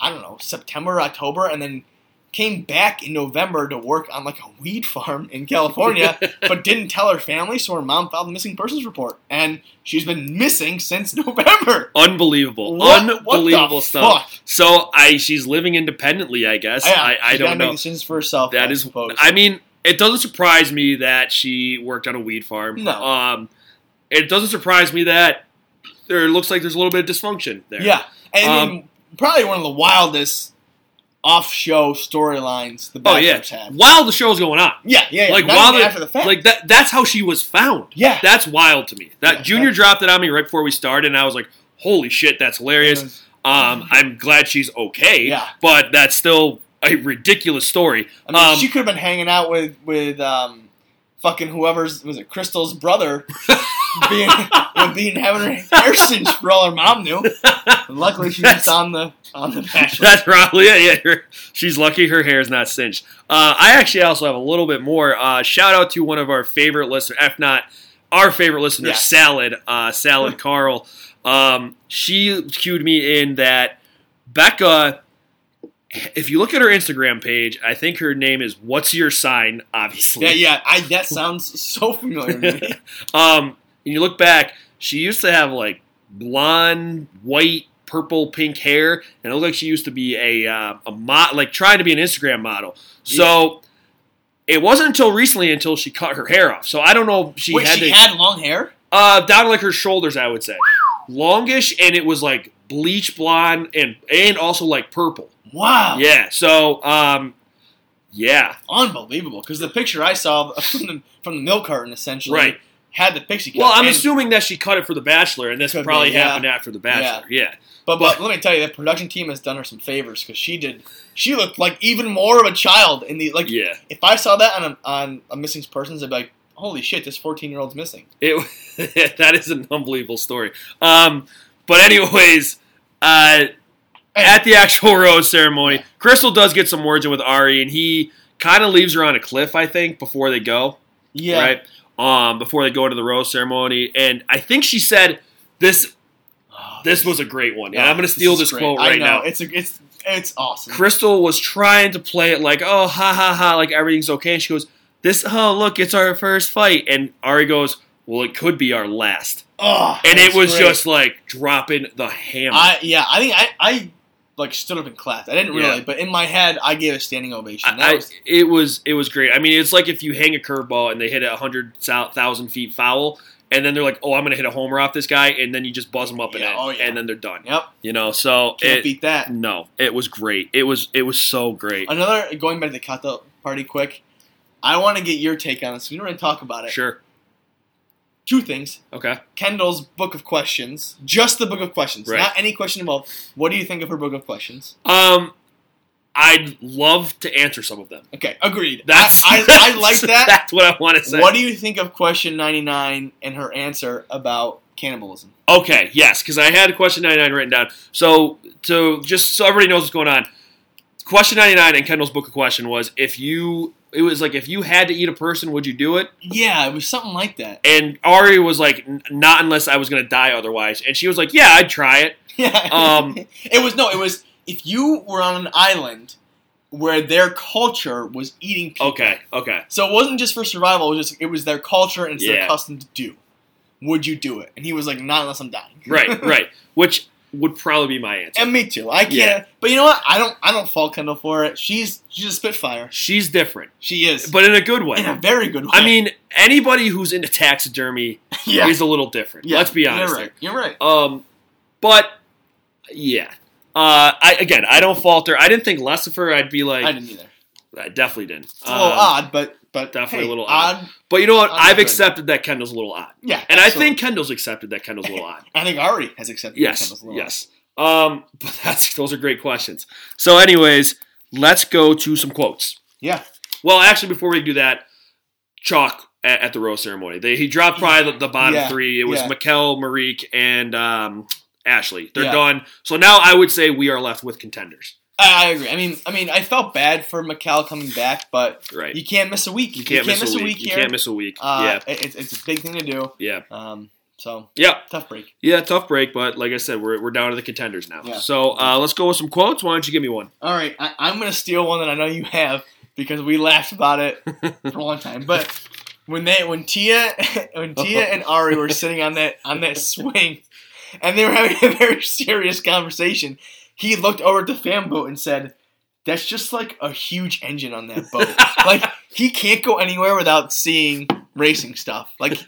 Speaker 2: I don't know September, October, and then came back in November to work on like a weed farm in California, but didn't tell her family, so her mom filed a missing persons report, and she's been missing since November.
Speaker 1: Unbelievable,
Speaker 2: What- what the
Speaker 1: unbelievable stuff.
Speaker 2: fuck?
Speaker 1: So I, she's living independently, I guess.
Speaker 2: Yeah,
Speaker 1: I, I
Speaker 2: she's gotta
Speaker 1: don't
Speaker 2: make
Speaker 1: know.
Speaker 2: decisions for herself.
Speaker 1: That
Speaker 2: I
Speaker 1: is,
Speaker 2: suppose.
Speaker 1: I mean, it doesn't surprise me that she worked on a weed farm.
Speaker 2: No.
Speaker 1: um, it doesn't surprise me that there looks like there's a little bit of dysfunction there.
Speaker 2: yeah, and
Speaker 1: Um,
Speaker 2: then probably one of the wildest off-show storylines the
Speaker 1: Oh yeah.
Speaker 2: Bachelors have.
Speaker 1: While the show's going on,
Speaker 2: Yeah, yeah, yeah.
Speaker 1: like
Speaker 2: Not
Speaker 1: while
Speaker 2: even
Speaker 1: the,
Speaker 2: after the fact,
Speaker 1: like that. That's how she was found.
Speaker 2: yeah,
Speaker 1: That's wild to me. That
Speaker 2: Yeah.
Speaker 1: Junior dropped it on me right before we started, and I was like, "Holy shit, that's hilarious." Um, I'm glad she's okay.
Speaker 2: Yeah.
Speaker 1: But that's still a ridiculous story.
Speaker 2: I mean,
Speaker 1: um,
Speaker 2: she could have been hanging out with with um, fucking whoever's was it Crystal's brother, being with being having her hair cinched for all her mom knew. And luckily, she was
Speaker 1: That's-
Speaker 2: on the on the bachelor.
Speaker 1: That's probably it. Yeah, her- she's lucky her hair's not singed. Uh, I actually also have a little bit more. Uh, shout out to one of our favorite listeners, if not our favorite listener,
Speaker 2: Yeah.
Speaker 1: Salad, uh, Salad Carl. Um, she cued me in that Becca. If you look at her Instagram page, I think her name is What's Your Sign, obviously.
Speaker 2: Yeah, yeah. I, that sounds so familiar to me.
Speaker 1: Um, and you look back, she used to have like blonde, white, purple, pink hair, and it looked like she used to be a uh, a mo- like trying to be an Instagram model. So it wasn't until recently until she cut her hair off. So I don't know if she
Speaker 2: Wait,
Speaker 1: had
Speaker 2: she
Speaker 1: to
Speaker 2: had long hair.
Speaker 1: uh, down to like her shoulders, I would say, longish, and it was like bleach blonde and and also like purple.
Speaker 2: Wow,
Speaker 1: Yeah. So um, yeah,
Speaker 2: unbelievable. Because the picture I saw from the from the milk carton essentially
Speaker 1: right.
Speaker 2: had the pixie cut.
Speaker 1: Well, I'm
Speaker 2: And-
Speaker 1: assuming that she cut it for The Bachelor, and this
Speaker 2: Could be,
Speaker 1: probably
Speaker 2: yeah.
Speaker 1: happened after The Bachelor. yeah.
Speaker 2: But, but let me tell you, the production team has done her some favors because she did. She looked like even more of a child in the like.
Speaker 1: Yeah,
Speaker 2: If I saw that on a, on a missing persons, I'd be like, "Holy shit, this fourteen year old's missing."
Speaker 1: it that is an unbelievable story. Um, but anyways, uh, at the actual rose ceremony, Crystal does get some words in with Ari, and he kind of leaves her on a cliff, I think, before they go.
Speaker 2: yeah,
Speaker 1: Right. Um, before they go into the rose ceremony, and I think she said this.
Speaker 2: Oh,
Speaker 1: This was a great one, and
Speaker 2: yeah,
Speaker 1: I'm going to steal
Speaker 2: is
Speaker 1: this,
Speaker 2: great.
Speaker 1: quote
Speaker 2: I
Speaker 1: right
Speaker 2: know.
Speaker 1: now.
Speaker 2: It's a, it's it's awesome.
Speaker 1: Crystal was trying to play it like, oh, ha ha ha, like everything's okay. And she goes, this, oh, look, it's our first fight. And Ari goes, well, it could be our last.
Speaker 2: Oh,
Speaker 1: And it
Speaker 2: that's
Speaker 1: was
Speaker 2: great.
Speaker 1: just like dropping the hammer.
Speaker 2: I yeah. I think I I like stood up and clapped. I didn't
Speaker 1: Yeah.
Speaker 2: really, but in my head, I gave a standing ovation. That
Speaker 1: I-
Speaker 2: was,
Speaker 1: it was it was great. I mean, it's like if you hang a curveball and they hit a hundred thousand feet foul, and then they're like, "Oh, I'm gonna hit a homer off this guy," and then you just buzz them up and
Speaker 2: Yeah,
Speaker 1: in,
Speaker 2: oh, yeah.
Speaker 1: and then they're done.
Speaker 2: yep.
Speaker 1: You know, so
Speaker 2: Can't
Speaker 1: it,
Speaker 2: beat that.
Speaker 1: no, it was great. It was it was so great.
Speaker 2: Another going back to the cocktail party quick. I want to get your take on this. We don't really talk about it.
Speaker 1: Sure,
Speaker 2: Two things.
Speaker 1: okay,
Speaker 2: Kendall's book of questions, just the book of questions,
Speaker 1: Right.
Speaker 2: not any question involved. What do you think of her book of questions?
Speaker 1: um, I'd love to answer some of them.
Speaker 2: Okay, agreed.
Speaker 1: That's
Speaker 2: I, I, I like that.
Speaker 1: That's what I want to say.
Speaker 2: What do you think of question ninety nine and her answer about cannibalism?
Speaker 1: Okay, yes, because I had question 99 written down. So, to just so everybody knows what's going on, question 99 in Kendall's book of question was if you, it was like if you had to eat a person, would you do it?
Speaker 2: Yeah, it was something like that.
Speaker 1: And Ari was like, "N- not unless I was going to die otherwise. And she was like, yeah, I'd try it.
Speaker 2: Yeah,
Speaker 1: Um,
Speaker 2: it was no, it was if you were on an island where their culture was eating people.
Speaker 1: Okay, okay.
Speaker 2: So it wasn't just for survival. It was just it was their culture and it's
Speaker 1: Yeah.
Speaker 2: their custom to do. Would you do it? And he was like, "Not unless I'm dying."
Speaker 1: Right, right. Which would probably be my answer.
Speaker 2: And me too. I can't.
Speaker 1: Yeah.
Speaker 2: But you know what? I don't. I don't fault Kendall for it. She's she's a spitfire.
Speaker 1: She's different,
Speaker 2: She is,
Speaker 1: but in a good way.
Speaker 2: in a very good way.
Speaker 1: I mean, anybody who's into taxidermy
Speaker 2: yeah.
Speaker 1: is a little different.
Speaker 2: Yeah,
Speaker 1: Let's be honest.
Speaker 2: You're
Speaker 1: here.
Speaker 2: right. You're right.
Speaker 1: Um, but yeah, uh, I again, I don't falter. I didn't think less of her. I'd be like,
Speaker 2: I
Speaker 1: I,
Speaker 2: didn't either. It's
Speaker 1: definitely didn't.
Speaker 2: a little
Speaker 1: Um,
Speaker 2: odd, but But
Speaker 1: Definitely
Speaker 2: hey,
Speaker 1: a little odd.
Speaker 2: odd.
Speaker 1: But you know what?
Speaker 2: I'm
Speaker 1: I've
Speaker 2: good.
Speaker 1: accepted that Kendall's a little odd,
Speaker 2: Yeah,
Speaker 1: and
Speaker 2: absolutely.
Speaker 1: I think Kendall's accepted that Kendall's a little odd.
Speaker 2: I think Ari has accepted.
Speaker 1: Yes,
Speaker 2: Kendall's little odd.
Speaker 1: yes. Um, but that's those are great questions. So, anyways, let's go to some quotes.
Speaker 2: yeah.
Speaker 1: Well, actually, before we do that, chalk at, at the rose ceremony. They, he dropped probably the, the bottom
Speaker 2: Yeah,
Speaker 1: three. It was
Speaker 2: yeah.
Speaker 1: Mikel, Marique, and um, Ashley. They're
Speaker 2: Yeah.
Speaker 1: done. So now I would say we are left with contenders.
Speaker 2: I I agree. I mean, I mean, I felt bad for Mikel coming back, but
Speaker 1: Right.
Speaker 2: you can't miss a week.
Speaker 1: You can't, miss, a week. you
Speaker 2: here.
Speaker 1: can't miss a week.
Speaker 2: Uh, it- it's, it's a big thing to do.
Speaker 1: yeah. Yeah.
Speaker 2: Um, so
Speaker 1: Yeah.
Speaker 2: tough break.
Speaker 1: Yeah. Tough break, but like I said, we're, we're down to the contenders now.
Speaker 2: Yeah.
Speaker 1: So uh, let's go with some quotes. Why don't you give me one?
Speaker 2: All right, I, I'm gonna steal one that I know you have because we laughed about it for a long time. But when they, when Tia, when Tia and Ari were sitting on that on that swing, and they were having a very serious conversation, he looked over at the fan boat and said, "That's just like a huge engine on that boat. like he can't go anywhere without seeing racing stuff. Like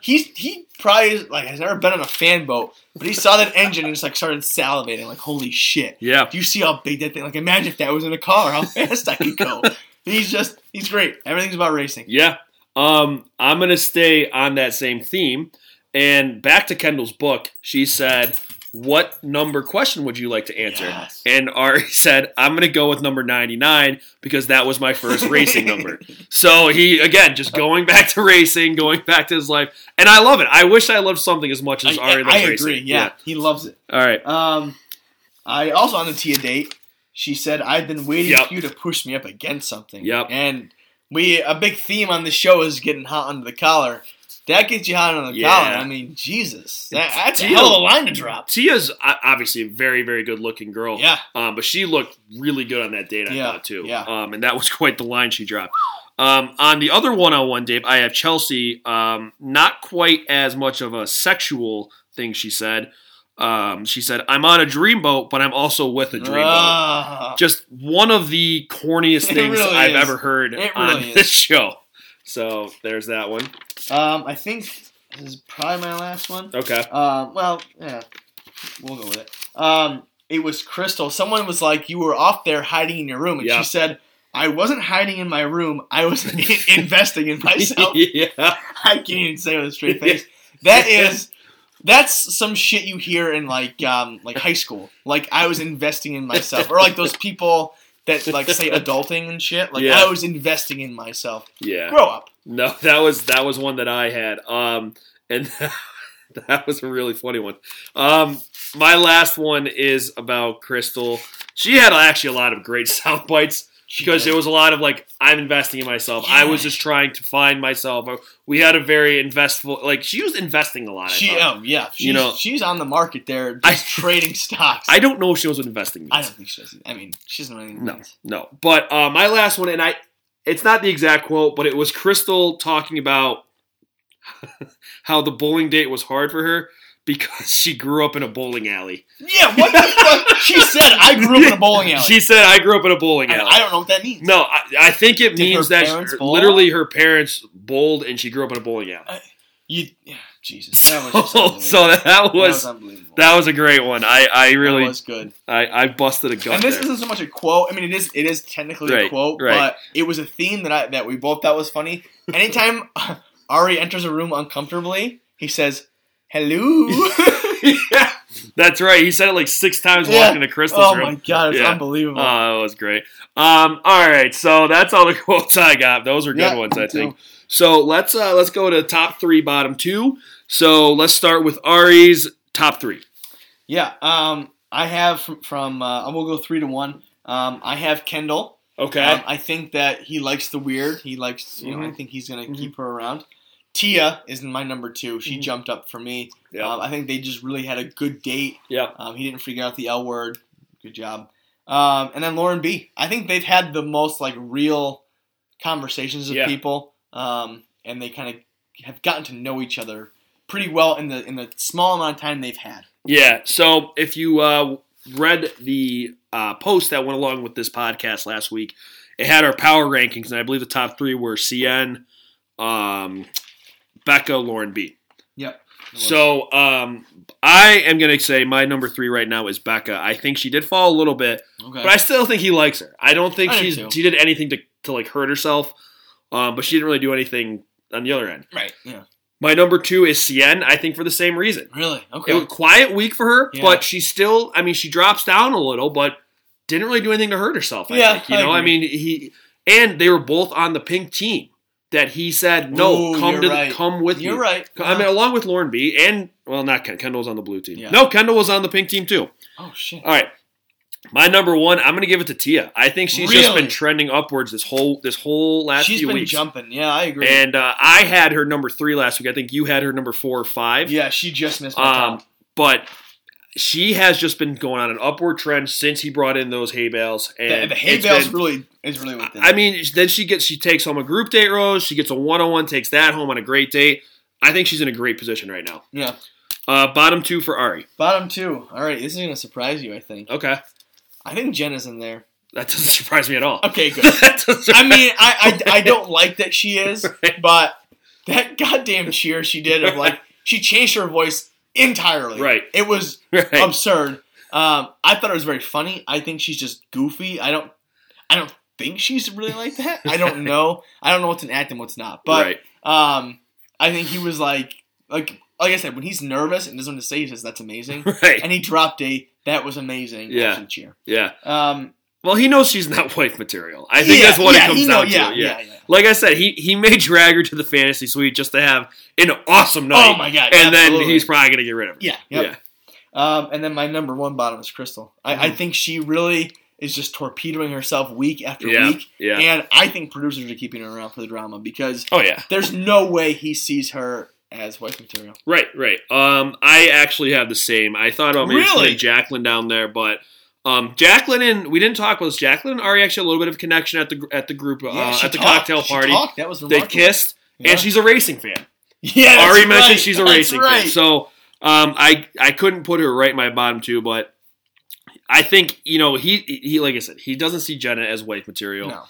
Speaker 2: he's he probably is, like has never been on a fan boat, but he saw that engine and just like started salivating. Like holy shit."
Speaker 1: yeah.
Speaker 2: Do you see how big that thing? Like, imagine if that was in a car, how fast I could go. He's just, he's great. Everything's about racing.
Speaker 1: Yeah. Um, I'm going to stay on that same theme. And back to Kendall's book, she said, What number question would you like to answer?
Speaker 2: Yes.
Speaker 1: And Ari said, I'm going to go with number 99 because that was my first racing number. So he, again, just going back to racing, going back to his life. And I love it. I wish I loved something as much
Speaker 2: I,
Speaker 1: as Ari
Speaker 2: I-
Speaker 1: loves
Speaker 2: I
Speaker 1: racing.
Speaker 2: agree. Yeah, he loves it.
Speaker 1: All right.
Speaker 2: Um, I also on the Tia date, she said, "I've been waiting
Speaker 1: Yep.
Speaker 2: for you to push me up against something."
Speaker 1: Yep.
Speaker 2: And we a big theme on the show is getting hot under the collar. That gets you hot under the
Speaker 1: Yeah.
Speaker 2: collar. I mean, Jesus, that, that's a
Speaker 1: Tia-
Speaker 2: hell of a line to drop.
Speaker 1: Tia's o- obviously a very, very good looking girl.
Speaker 2: Yeah.
Speaker 1: Um, but she looked really good on that date, I
Speaker 2: Yeah,
Speaker 1: thought, too.
Speaker 2: yeah.
Speaker 1: Um, and that was quite the line she dropped. Um, on the other one on one date, I have Chelsea. Um, not quite as much of a sexual thing she said. Um, she said, I'm on a dreamboat, but I'm also with a dreamboat.
Speaker 2: Ah.
Speaker 1: Just one of the corniest
Speaker 2: It
Speaker 1: things
Speaker 2: really
Speaker 1: I've
Speaker 2: is.
Speaker 1: ever heard
Speaker 2: It
Speaker 1: on
Speaker 2: really is.
Speaker 1: this show. So there's that one.
Speaker 2: um, I think this is probably my last one.
Speaker 1: Okay.
Speaker 2: Um, well, yeah, we'll go with it. Um, it was Crystal. Someone was like, "You were off there hiding in your room," and
Speaker 1: Yeah.
Speaker 2: she said, "I wasn't hiding in my room. I was in- investing in myself."
Speaker 1: yeah.
Speaker 2: I can't even say it with a straight face. That is, that's some shit you hear in like, um, like high school. Like I was investing in myself, or like those people that like say adulting and shit. Like
Speaker 1: Yeah.
Speaker 2: I was investing in myself.
Speaker 1: Yeah.
Speaker 2: Grow up.
Speaker 1: No, that was that was one that I had. Um, and that was a really funny one. Um, my last one is about Crystal. She had actually a lot of great sound bites because it was a lot of like I'm investing in myself. I was
Speaker 2: Yeah.
Speaker 1: just trying to find myself. We had a very investful like she was investing a lot. I,
Speaker 2: She,
Speaker 1: thought.
Speaker 2: oh yeah, she's,
Speaker 1: You know-
Speaker 2: she's on the market there,
Speaker 1: I-
Speaker 2: just trading stocks.
Speaker 1: I don't know if she was investing.
Speaker 2: I don't think she does. I mean, she doesn't know anything.
Speaker 1: No, no. But uh, my last one, and I, it's not the exact quote, but it was Crystal talking about how the bowling date was hard for her because she grew up in a bowling alley.
Speaker 2: Yeah, what the fuck? She said, I grew up in a bowling alley.
Speaker 1: She said, "I grew up in a bowling
Speaker 2: I,
Speaker 1: alley."
Speaker 2: I don't know what that means.
Speaker 1: no, I, I think it
Speaker 2: Did
Speaker 1: means
Speaker 2: her
Speaker 1: that
Speaker 2: parents
Speaker 1: her-
Speaker 2: bowl?
Speaker 1: literally her parents bowled and she grew up in a bowling alley.
Speaker 2: You, yeah, Jesus. That was just
Speaker 1: So, so that
Speaker 2: unbelievable. That was
Speaker 1: was
Speaker 2: unbelievable.
Speaker 1: that was a great one. I I
Speaker 2: That
Speaker 1: really
Speaker 2: was good.
Speaker 1: I, I busted a gut
Speaker 2: And this
Speaker 1: there.
Speaker 2: isn't so much a quote. I mean, it is it is technically a
Speaker 1: Right,
Speaker 2: quote,
Speaker 1: right.
Speaker 2: but it was a theme that I that we both thought was funny. Anytime Ari enters a room uncomfortably, he says, "Hello."
Speaker 1: yeah, that's right. He said it like six times
Speaker 2: Yeah.
Speaker 1: walking to Crystal's
Speaker 2: oh
Speaker 1: room.
Speaker 2: my god, it's
Speaker 1: Yeah.
Speaker 2: unbelievable.
Speaker 1: Oh, that was great. Um, all right, so that's all the quotes I got. Those are good
Speaker 2: Yeah,
Speaker 1: ones, I
Speaker 2: me too.
Speaker 1: think. So let's uh, let's go to top three, bottom two. So let's start with Ari's top three.
Speaker 2: Yeah, um, I have from, from uh, we'll go three to one. Um, I have Kendall.
Speaker 1: Okay.
Speaker 2: Um, I think that he likes the weird. He likes, you know, I
Speaker 1: Mhm.
Speaker 2: think he's going to
Speaker 1: Mhm.
Speaker 2: keep her around. Tia is my number two. She
Speaker 1: Mhm.
Speaker 2: jumped up for me.
Speaker 1: yeah.
Speaker 2: Um, I think they just really had a good date.
Speaker 1: yeah.
Speaker 2: Um, he didn't freak out the L word. Good job. Um, and then Lauren B. I think they've had the most like real conversations with
Speaker 1: Yeah.
Speaker 2: people, um, and they kind of have gotten to know each other pretty well in the in the small amount of time they've had.
Speaker 1: Yeah. So if you uh, read the uh, post that went along with this podcast last week, it had our power rankings, and I believe the top three were CN, um, Becca, Lauren B.
Speaker 2: Yep.
Speaker 1: So um, I am going to say my number three right now is Becca. I think she did fall a little bit,
Speaker 2: okay.
Speaker 1: but I still think he likes her. I don't think
Speaker 2: I do
Speaker 1: she's
Speaker 2: too.
Speaker 1: she did anything to, to like hurt herself. Um, but she didn't really do anything on the other end.
Speaker 2: Right. Yeah.
Speaker 1: My number two is Cien. I think for the same reason.
Speaker 2: Really? Okay.
Speaker 1: It was a quiet week for her,
Speaker 2: Yeah.
Speaker 1: but she still. I mean, she drops down a little, but didn't really do anything to hurt herself. I
Speaker 2: Yeah,
Speaker 1: think, you
Speaker 2: I
Speaker 1: know. I
Speaker 2: agree.
Speaker 1: mean, he and they were both on the pink team that he said no.
Speaker 2: Ooh,
Speaker 1: come
Speaker 2: you're
Speaker 1: to
Speaker 2: right.
Speaker 1: the, come with
Speaker 2: You're
Speaker 1: me.
Speaker 2: right.
Speaker 1: I mean, along with Lauren B. and well, not Ken. Kendall was on the blue team.
Speaker 2: Uh, Yeah.
Speaker 1: No, Kendall was on the pink team too.
Speaker 2: oh shit.
Speaker 1: All right. My number one, I'm gonna give it to Tia. I think she's just
Speaker 2: Really?
Speaker 1: been trending upwards this whole this whole last
Speaker 2: She's
Speaker 1: few
Speaker 2: been
Speaker 1: weeks.
Speaker 2: jumping. Yeah, I agree.
Speaker 1: And uh, I had her number three last week. I think you had her number four or five.
Speaker 2: yeah, she just missed my
Speaker 1: Um,
Speaker 2: top.
Speaker 1: but she has just been going on an upward trend since he brought in those hay bales.
Speaker 2: The,
Speaker 1: And
Speaker 2: the hay
Speaker 1: it's
Speaker 2: bale's
Speaker 1: been-
Speaker 2: really is really what
Speaker 1: I mean, then she gets she takes home a group date rose. She gets a one on one, takes that home on a great date. I think she's in a great position right now.
Speaker 2: yeah.
Speaker 1: Uh, bottom two for Ari.
Speaker 2: Bottom two. All right, this is gonna surprise you. I think.
Speaker 1: Okay,
Speaker 2: I think Jenna's in there.
Speaker 1: that doesn't surprise me at all.
Speaker 2: Okay, good.
Speaker 1: That doesn't
Speaker 2: I mean, I, I I don't like that she is,
Speaker 1: Right.
Speaker 2: but that goddamn cheer she did of like she changed her voice entirely.
Speaker 1: Right.
Speaker 2: It was
Speaker 1: surprise- right.
Speaker 2: absurd. Um, I thought it was very funny. I think she's just goofy. I don't I don't think she's really like that. I don't know. I don't know what's an act and what's not. But
Speaker 1: right.
Speaker 2: um, I think he was like like like I said when he's nervous and doesn't want to say he says that's amazing.
Speaker 1: Right.
Speaker 2: And he dropped a that was amazing.
Speaker 1: Yeah.
Speaker 2: action Cheer.
Speaker 1: Yeah.
Speaker 2: Um,
Speaker 1: Well, he knows she's not wife material. I think
Speaker 2: yeah,
Speaker 1: that's what
Speaker 2: yeah,
Speaker 1: it comes
Speaker 2: he know-
Speaker 1: down to.
Speaker 2: yeah,
Speaker 1: yeah.
Speaker 2: yeah, yeah.
Speaker 1: Like I said, he he may drag her to the fantasy suite just to have an awesome night.
Speaker 2: Oh my god!
Speaker 1: and then
Speaker 2: absolutely.
Speaker 1: he's probably gonna get rid of her.
Speaker 2: Yeah. Yep. Um, and then my number one bottom is Crystal. I,
Speaker 1: Mm-hmm.
Speaker 2: I think she really is just torpedoing herself week after
Speaker 1: Yeah.
Speaker 2: week.
Speaker 1: Yeah. Yeah.
Speaker 2: And I think producers are keeping her around for the drama because
Speaker 1: Oh yeah.
Speaker 2: there's no way he sees her as wife material.
Speaker 1: Right. Right. Um, I actually have the same. I thought about maybe
Speaker 2: Really?
Speaker 1: putting Jacqueline down there, but. Um, Jacqueline and we didn't talk about this. Jacqueline and Ari actually had a little bit of connection at the gr- at the group uh,
Speaker 2: she
Speaker 1: at the
Speaker 2: talked.
Speaker 1: cocktail
Speaker 2: She
Speaker 1: party.
Speaker 2: talked. That was
Speaker 1: They
Speaker 2: remarkable.
Speaker 1: kissed,
Speaker 2: Yeah.
Speaker 1: and she's a racing fan.
Speaker 2: Yeah, that's
Speaker 1: Ari
Speaker 2: right.
Speaker 1: mentioned she's a
Speaker 2: That's
Speaker 1: racing
Speaker 2: right.
Speaker 1: fan, so um, I I couldn't put her right in my bottom two, but I think you know he he like I said he doesn't see Jenna as wife material,
Speaker 2: No.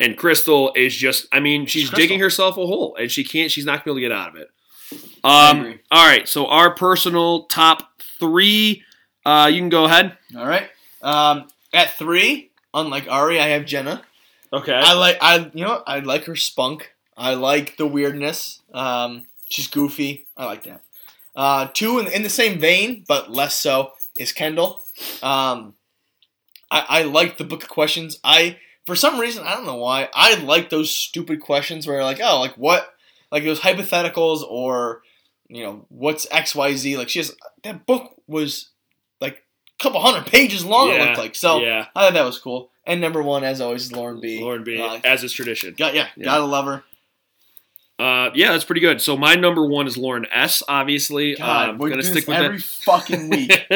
Speaker 1: and Crystal is just I mean she's
Speaker 2: Crystal.
Speaker 1: digging herself a hole and she can't she's not gonna be able to get out of it.
Speaker 2: agree.
Speaker 1: Um, all right, so our personal top three, uh, you can go ahead.
Speaker 2: All right. Um, at three, unlike Ari, I have Jenna.
Speaker 1: Okay,
Speaker 2: I like I you know what? I like her spunk. I like the weirdness. Um, she's goofy. I like that. Uh, two in, in the same vein, but less so is Kendall. Um, I, I like the book of questions. I for some reason I don't know why I like those stupid questions where like oh like what like those hypotheticals or you know what's X Y Z like she has that book was like a couple hundred pages long it
Speaker 1: Yeah,
Speaker 2: looked like so
Speaker 1: yeah,
Speaker 2: I thought that was cool. And number one, as always, is Lauren B.
Speaker 1: Lauren B,
Speaker 2: Uh,
Speaker 1: as is tradition.
Speaker 2: got, yeah,
Speaker 1: Yeah. Um,
Speaker 2: gotta love her.
Speaker 1: Uh, yeah, that's pretty good. So my number one is Lauren S. Obviously,
Speaker 2: God,
Speaker 1: Uh, I'm
Speaker 2: we're
Speaker 1: gonna
Speaker 2: doing
Speaker 1: stick
Speaker 2: this
Speaker 1: with that.
Speaker 2: every fucking week.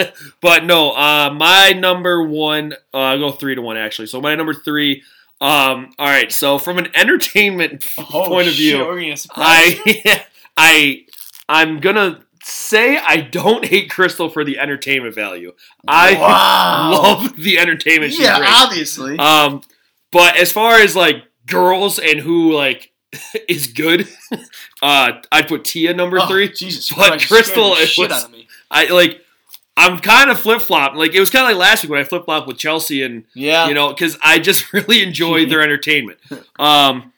Speaker 1: but no, uh, my number one, uh, I'll go three to one actually. So my number three. Um, all right. So from an entertainment
Speaker 2: Oh,
Speaker 1: point of
Speaker 2: shit,
Speaker 1: view,
Speaker 2: we're gonna surprise you?
Speaker 1: I, I, I'm gonna say I don't hate Crystal for the entertainment value. I
Speaker 2: wow.
Speaker 1: love the entertainment she
Speaker 2: Oh. Yeah,
Speaker 1: brings.
Speaker 2: obviously.
Speaker 1: Um, but as far as like girls and who like is good, uh, I'd put Tia number
Speaker 2: Oh,
Speaker 1: three.
Speaker 2: Jesus
Speaker 1: but
Speaker 2: Christ, you scared
Speaker 1: Crystal,
Speaker 2: the
Speaker 1: it
Speaker 2: shit
Speaker 1: was-
Speaker 2: out of me.
Speaker 1: I like. I'm kind of flip flop. Like it was kind of like last week when I flip flopped with Chelsea, and
Speaker 2: Yeah,
Speaker 1: you know, because I just really enjoyed their entertainment. Um,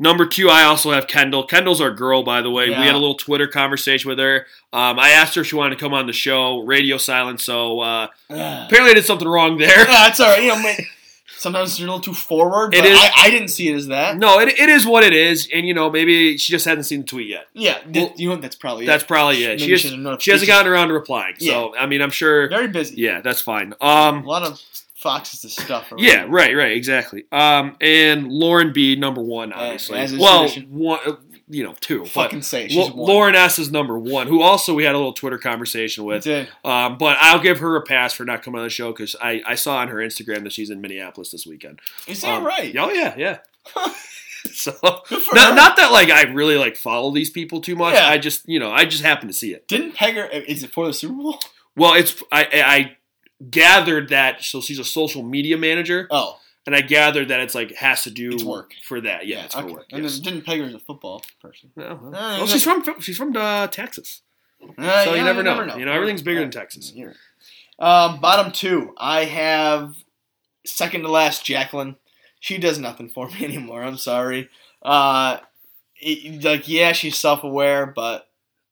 Speaker 1: number two, I also have Kendall. Kendall's our girl, by the way.
Speaker 2: Yeah.
Speaker 1: We had a little Twitter conversation with her. Um, I asked her if she wanted to come on the show. Radio silence. So uh,
Speaker 2: Ugh.
Speaker 1: apparently, I did something wrong there.
Speaker 2: yeah, it's all right. You know, man, sometimes you're a little too forward.
Speaker 1: It
Speaker 2: But
Speaker 1: is-
Speaker 2: I, I didn't see it as that.
Speaker 1: No, it, it is what it is, and you know, maybe she just hasn't seen the tweet yet.
Speaker 2: Yeah, th-
Speaker 1: Well,
Speaker 2: you know that's probably
Speaker 1: That's
Speaker 2: it.
Speaker 1: probably it.
Speaker 2: Maybe
Speaker 1: She, just,
Speaker 2: should have known.
Speaker 1: she hasn't gotten around to replying. So I mean, I'm sure.
Speaker 2: very busy.
Speaker 1: Yeah, that's fine.
Speaker 2: A
Speaker 1: Um,
Speaker 2: lot of foxes to stuff. around.
Speaker 1: Yeah, right, right, exactly. Um, and Lauren B number one, obviously.
Speaker 2: Uh, as is
Speaker 1: well,
Speaker 2: tradition.
Speaker 1: one, uh, you know, two. But
Speaker 2: fucking say it.
Speaker 1: Lo-
Speaker 2: she's one.
Speaker 1: Lauren S is number one, who also we had a little Twitter conversation
Speaker 2: You
Speaker 1: with.
Speaker 2: did.
Speaker 1: Um, but I'll give her a pass for not coming on the show because I, I saw on her Instagram that she's in Minneapolis this weekend.
Speaker 2: Is that
Speaker 1: Um,
Speaker 2: right?
Speaker 1: Oh yeah, yeah. so
Speaker 2: Good for her.
Speaker 1: not, not that like I really like follow these people too much.
Speaker 2: Yeah.
Speaker 1: I just you know I just happen to see it.
Speaker 2: Didn't Pegger? uh, Is it for the Super Bowl?
Speaker 1: Well, it's I I I gathered that so she's a social media manager.
Speaker 2: Oh,
Speaker 1: And I gathered that it's like has to do
Speaker 2: It's work.
Speaker 1: for that. Yeah, it's
Speaker 2: okay.
Speaker 1: for work.
Speaker 2: And
Speaker 1: yes.
Speaker 2: then didn't Pegger's a football person.
Speaker 1: Well, well,
Speaker 2: Ah,
Speaker 1: well,
Speaker 2: you
Speaker 1: she's from she's from uh, Texas,
Speaker 2: Uh,
Speaker 1: so
Speaker 2: yeah,
Speaker 1: you never know. You know everything's bigger than
Speaker 2: Uh,
Speaker 1: Texas.
Speaker 2: you're right. Um, bottom two, I have second to last Jacqueline. She does nothing for me anymore. I'm sorry. Uh, it- like yeah, she's self aware, but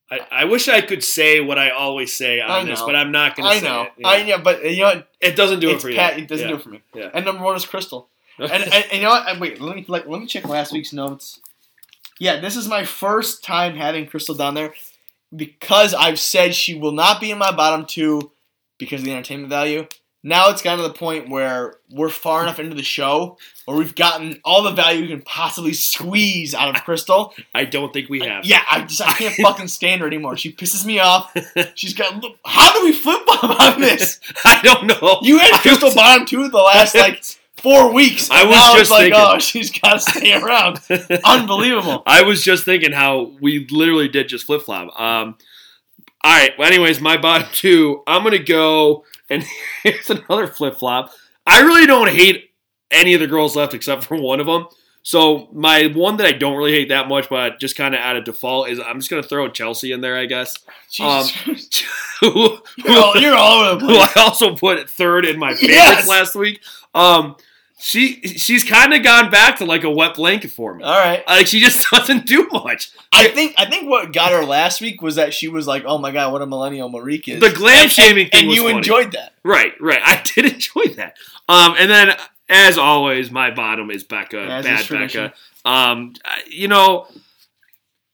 Speaker 3: I, I wish I could say what I always say on
Speaker 2: I
Speaker 3: this,
Speaker 2: know.
Speaker 3: but I'm not going to
Speaker 2: I
Speaker 3: say
Speaker 2: know,
Speaker 3: it. Yeah.
Speaker 2: I know, but uh, you know what?
Speaker 3: It doesn't do it
Speaker 2: It's
Speaker 3: for you.
Speaker 2: Pat. It doesn't
Speaker 3: Yeah.
Speaker 2: do it for me.
Speaker 3: Yeah.
Speaker 2: And number one is Crystal.
Speaker 1: and,
Speaker 2: And, and, and you know what? I- Wait, let me like, let me check last week's notes. Yeah, this is my first time having Crystal down there because I've said she will not be in my bottom two because of the entertainment value. Now it's gotten to the point where we're far enough into the show where we've gotten all the value we can possibly squeeze out of Crystal.
Speaker 3: I don't think we have.
Speaker 2: Yeah, I just I can't fucking stand her anymore. She pisses me off. She's got. How do we flip flop on this?
Speaker 1: I don't know.
Speaker 2: You had Crystal bottom two the last like four weeks.
Speaker 1: I
Speaker 2: and
Speaker 1: was
Speaker 2: now
Speaker 1: just
Speaker 2: it's like,
Speaker 1: thinking.
Speaker 2: oh, she's got to stay around. Unbelievable.
Speaker 1: I was just thinking how we literally did just flip flop. Um, all right. Well, anyways, my bottom two. I'm gonna go, and here's another flip flop. I really don't hate any of the girls left except for one of them. So my one that I don't really hate that much, but just kind of out of default, is I'm just gonna throw Chelsea in there, I guess.
Speaker 2: Jesus
Speaker 1: Um,
Speaker 2: Christ.
Speaker 1: who,
Speaker 2: Oh, You're all, you're all over the
Speaker 1: who
Speaker 2: place.
Speaker 1: I also put third in my favorites
Speaker 2: Yes!
Speaker 1: last week. Um, she she's kind of gone back to like a wet blanket for me.
Speaker 2: All right.
Speaker 1: Like she just doesn't do much.
Speaker 2: I think I think what got her last week was that she was like, "Oh my god, what a millennial Marique is."
Speaker 1: The glam shaming thing
Speaker 2: and
Speaker 1: was
Speaker 2: you
Speaker 1: funny.
Speaker 2: enjoyed that.
Speaker 1: right, right. I did enjoy that. Um, and then as always, my bottom is Becca,
Speaker 2: As is
Speaker 1: bad
Speaker 2: tradition.
Speaker 1: Becca. Um, I- you know,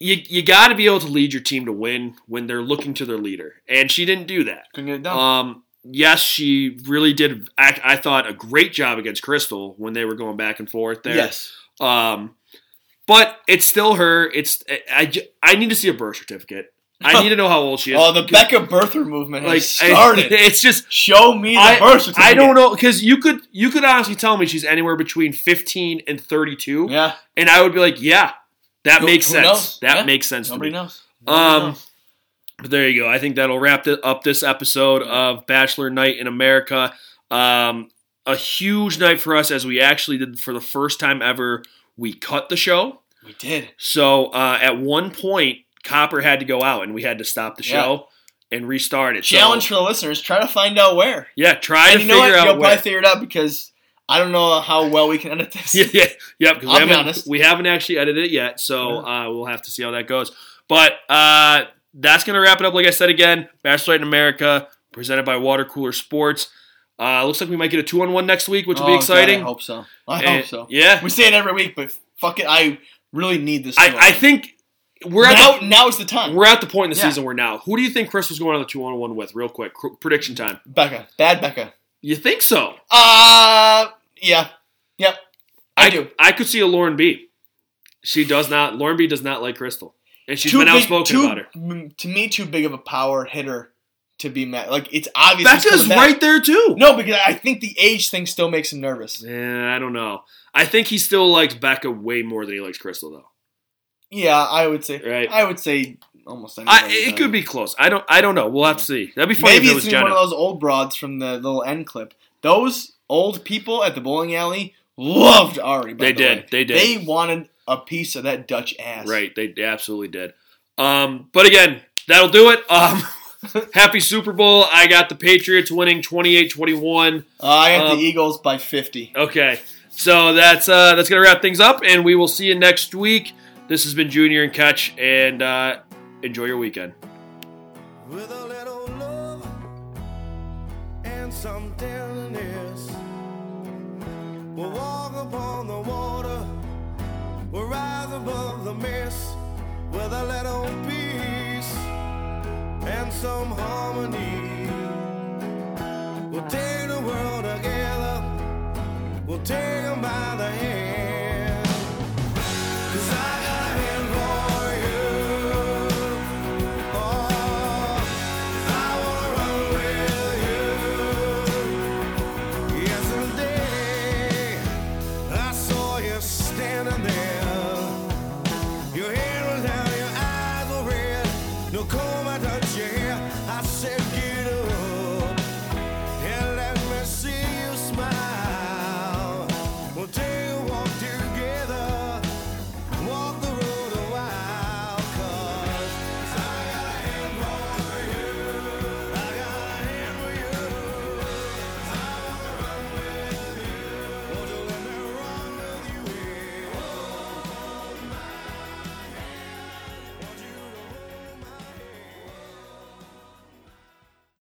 Speaker 1: you you got to be able to lead your team to win when they're looking to their leader, and she didn't do that.
Speaker 2: Couldn't get it done.
Speaker 1: Um, yes, she really did. Act, I thought a great job against Crystal when they were going back and forth there.
Speaker 2: yes.
Speaker 1: Um, but it's still her. It's I, I, ju- I need to see a birth certificate. I need to know how old she is.
Speaker 2: Oh, the Becca Berther movement
Speaker 1: like I-
Speaker 2: has started.
Speaker 1: it's just
Speaker 2: Show me the
Speaker 1: I-
Speaker 2: birth certificate.
Speaker 1: I don't know because you could you could honestly tell me she's anywhere between fifteen and thirty two,
Speaker 2: Yeah,
Speaker 1: and I would be like, yeah, that
Speaker 2: Who-
Speaker 1: makes
Speaker 2: who
Speaker 1: sense.
Speaker 2: knows?
Speaker 1: That
Speaker 2: Yeah.
Speaker 1: makes sense to me.
Speaker 2: nobody knows. Nobody
Speaker 1: Um,
Speaker 2: knows.
Speaker 1: but there you go. I think that'll wrap th- up this episode of Bachelor Night in America. Um, a huge night for us as we actually did for the first time ever. We cut the show.
Speaker 2: we did.
Speaker 1: So uh, at one point, Copper had to go out, and we had to stop the show and restart it. So,
Speaker 2: Challenge for the listeners: try to find out where.
Speaker 1: yeah, try to
Speaker 2: and you know
Speaker 1: figure
Speaker 2: what? You'll
Speaker 1: out
Speaker 2: probably
Speaker 1: where.
Speaker 2: figure it out because I don't know how well we can edit this.
Speaker 1: yeah, yeah, yep. 'cause
Speaker 2: I'll be
Speaker 1: we haven't
Speaker 2: honest.
Speaker 1: we haven't actually edited it yet, so uh, we'll have to see how that goes. But uh, that's gonna wrap it up. Like I said again, Bachelorette in America, presented by Water Cooler Sports. Uh, looks like we might get a two on one next week, which will
Speaker 2: Oh,
Speaker 1: be
Speaker 2: God,
Speaker 1: exciting.
Speaker 2: I hope so. I
Speaker 1: And-
Speaker 2: hope so.
Speaker 1: Yeah,
Speaker 2: We say it every week, but fuck it, I really need this.
Speaker 1: I,
Speaker 2: tour.
Speaker 1: I think we're at
Speaker 2: now,
Speaker 1: the,
Speaker 2: now is the time.
Speaker 1: we're at the point in the
Speaker 2: Yeah.
Speaker 1: season we're now. Who do you think Chris was going on the two on one with? Real quick, cr- prediction time.
Speaker 2: Becca, bad Becca.
Speaker 1: You think so?
Speaker 2: Uh yeah, yep. I, do.
Speaker 1: I could see a Lauren B. She does not. Lauren B. does not like Crystal, and she's been outspoken
Speaker 2: too,
Speaker 1: about her.
Speaker 2: mm, To me, too big of a power hitter to be mad. Like it's obvious. he's
Speaker 1: Becca's
Speaker 2: coming back.
Speaker 1: right there too.
Speaker 2: No, because I think the age thing still makes him nervous.
Speaker 1: Yeah, I don't know. I think he still likes Becca way more than he likes Crystal, though.
Speaker 2: Yeah, I would say.
Speaker 1: Right?
Speaker 2: I would say almost.
Speaker 1: I,
Speaker 2: anybody,
Speaker 1: it
Speaker 2: uh,
Speaker 1: could be close. I don't. I don't know. We'll have to see. That'd be funny
Speaker 2: Maybe
Speaker 1: if it
Speaker 2: it's
Speaker 1: was
Speaker 2: gonna be one
Speaker 1: Jenna.
Speaker 2: of those old broads from the little end clip. Those old people at the bowling alley loved Ari. By
Speaker 1: They
Speaker 2: the
Speaker 1: did.
Speaker 2: way.
Speaker 1: They did.
Speaker 2: They wanted a piece of that Dutch ass.
Speaker 1: right? They absolutely did. Um, but again, that'll do it. Um, happy Super Bowl. I got the Patriots winning 28-21.
Speaker 2: Uh, I got
Speaker 1: Um,
Speaker 2: the Eagles by fifty.
Speaker 1: Okay. So that's uh, that's gonna wrap things up, and we will see you next week. This has been Junior and Catch, and uh, enjoy your weekend.
Speaker 4: with a little love and some tenderness. We'll walk upon the water, we'll rise above the mist with a little peace and some harmony.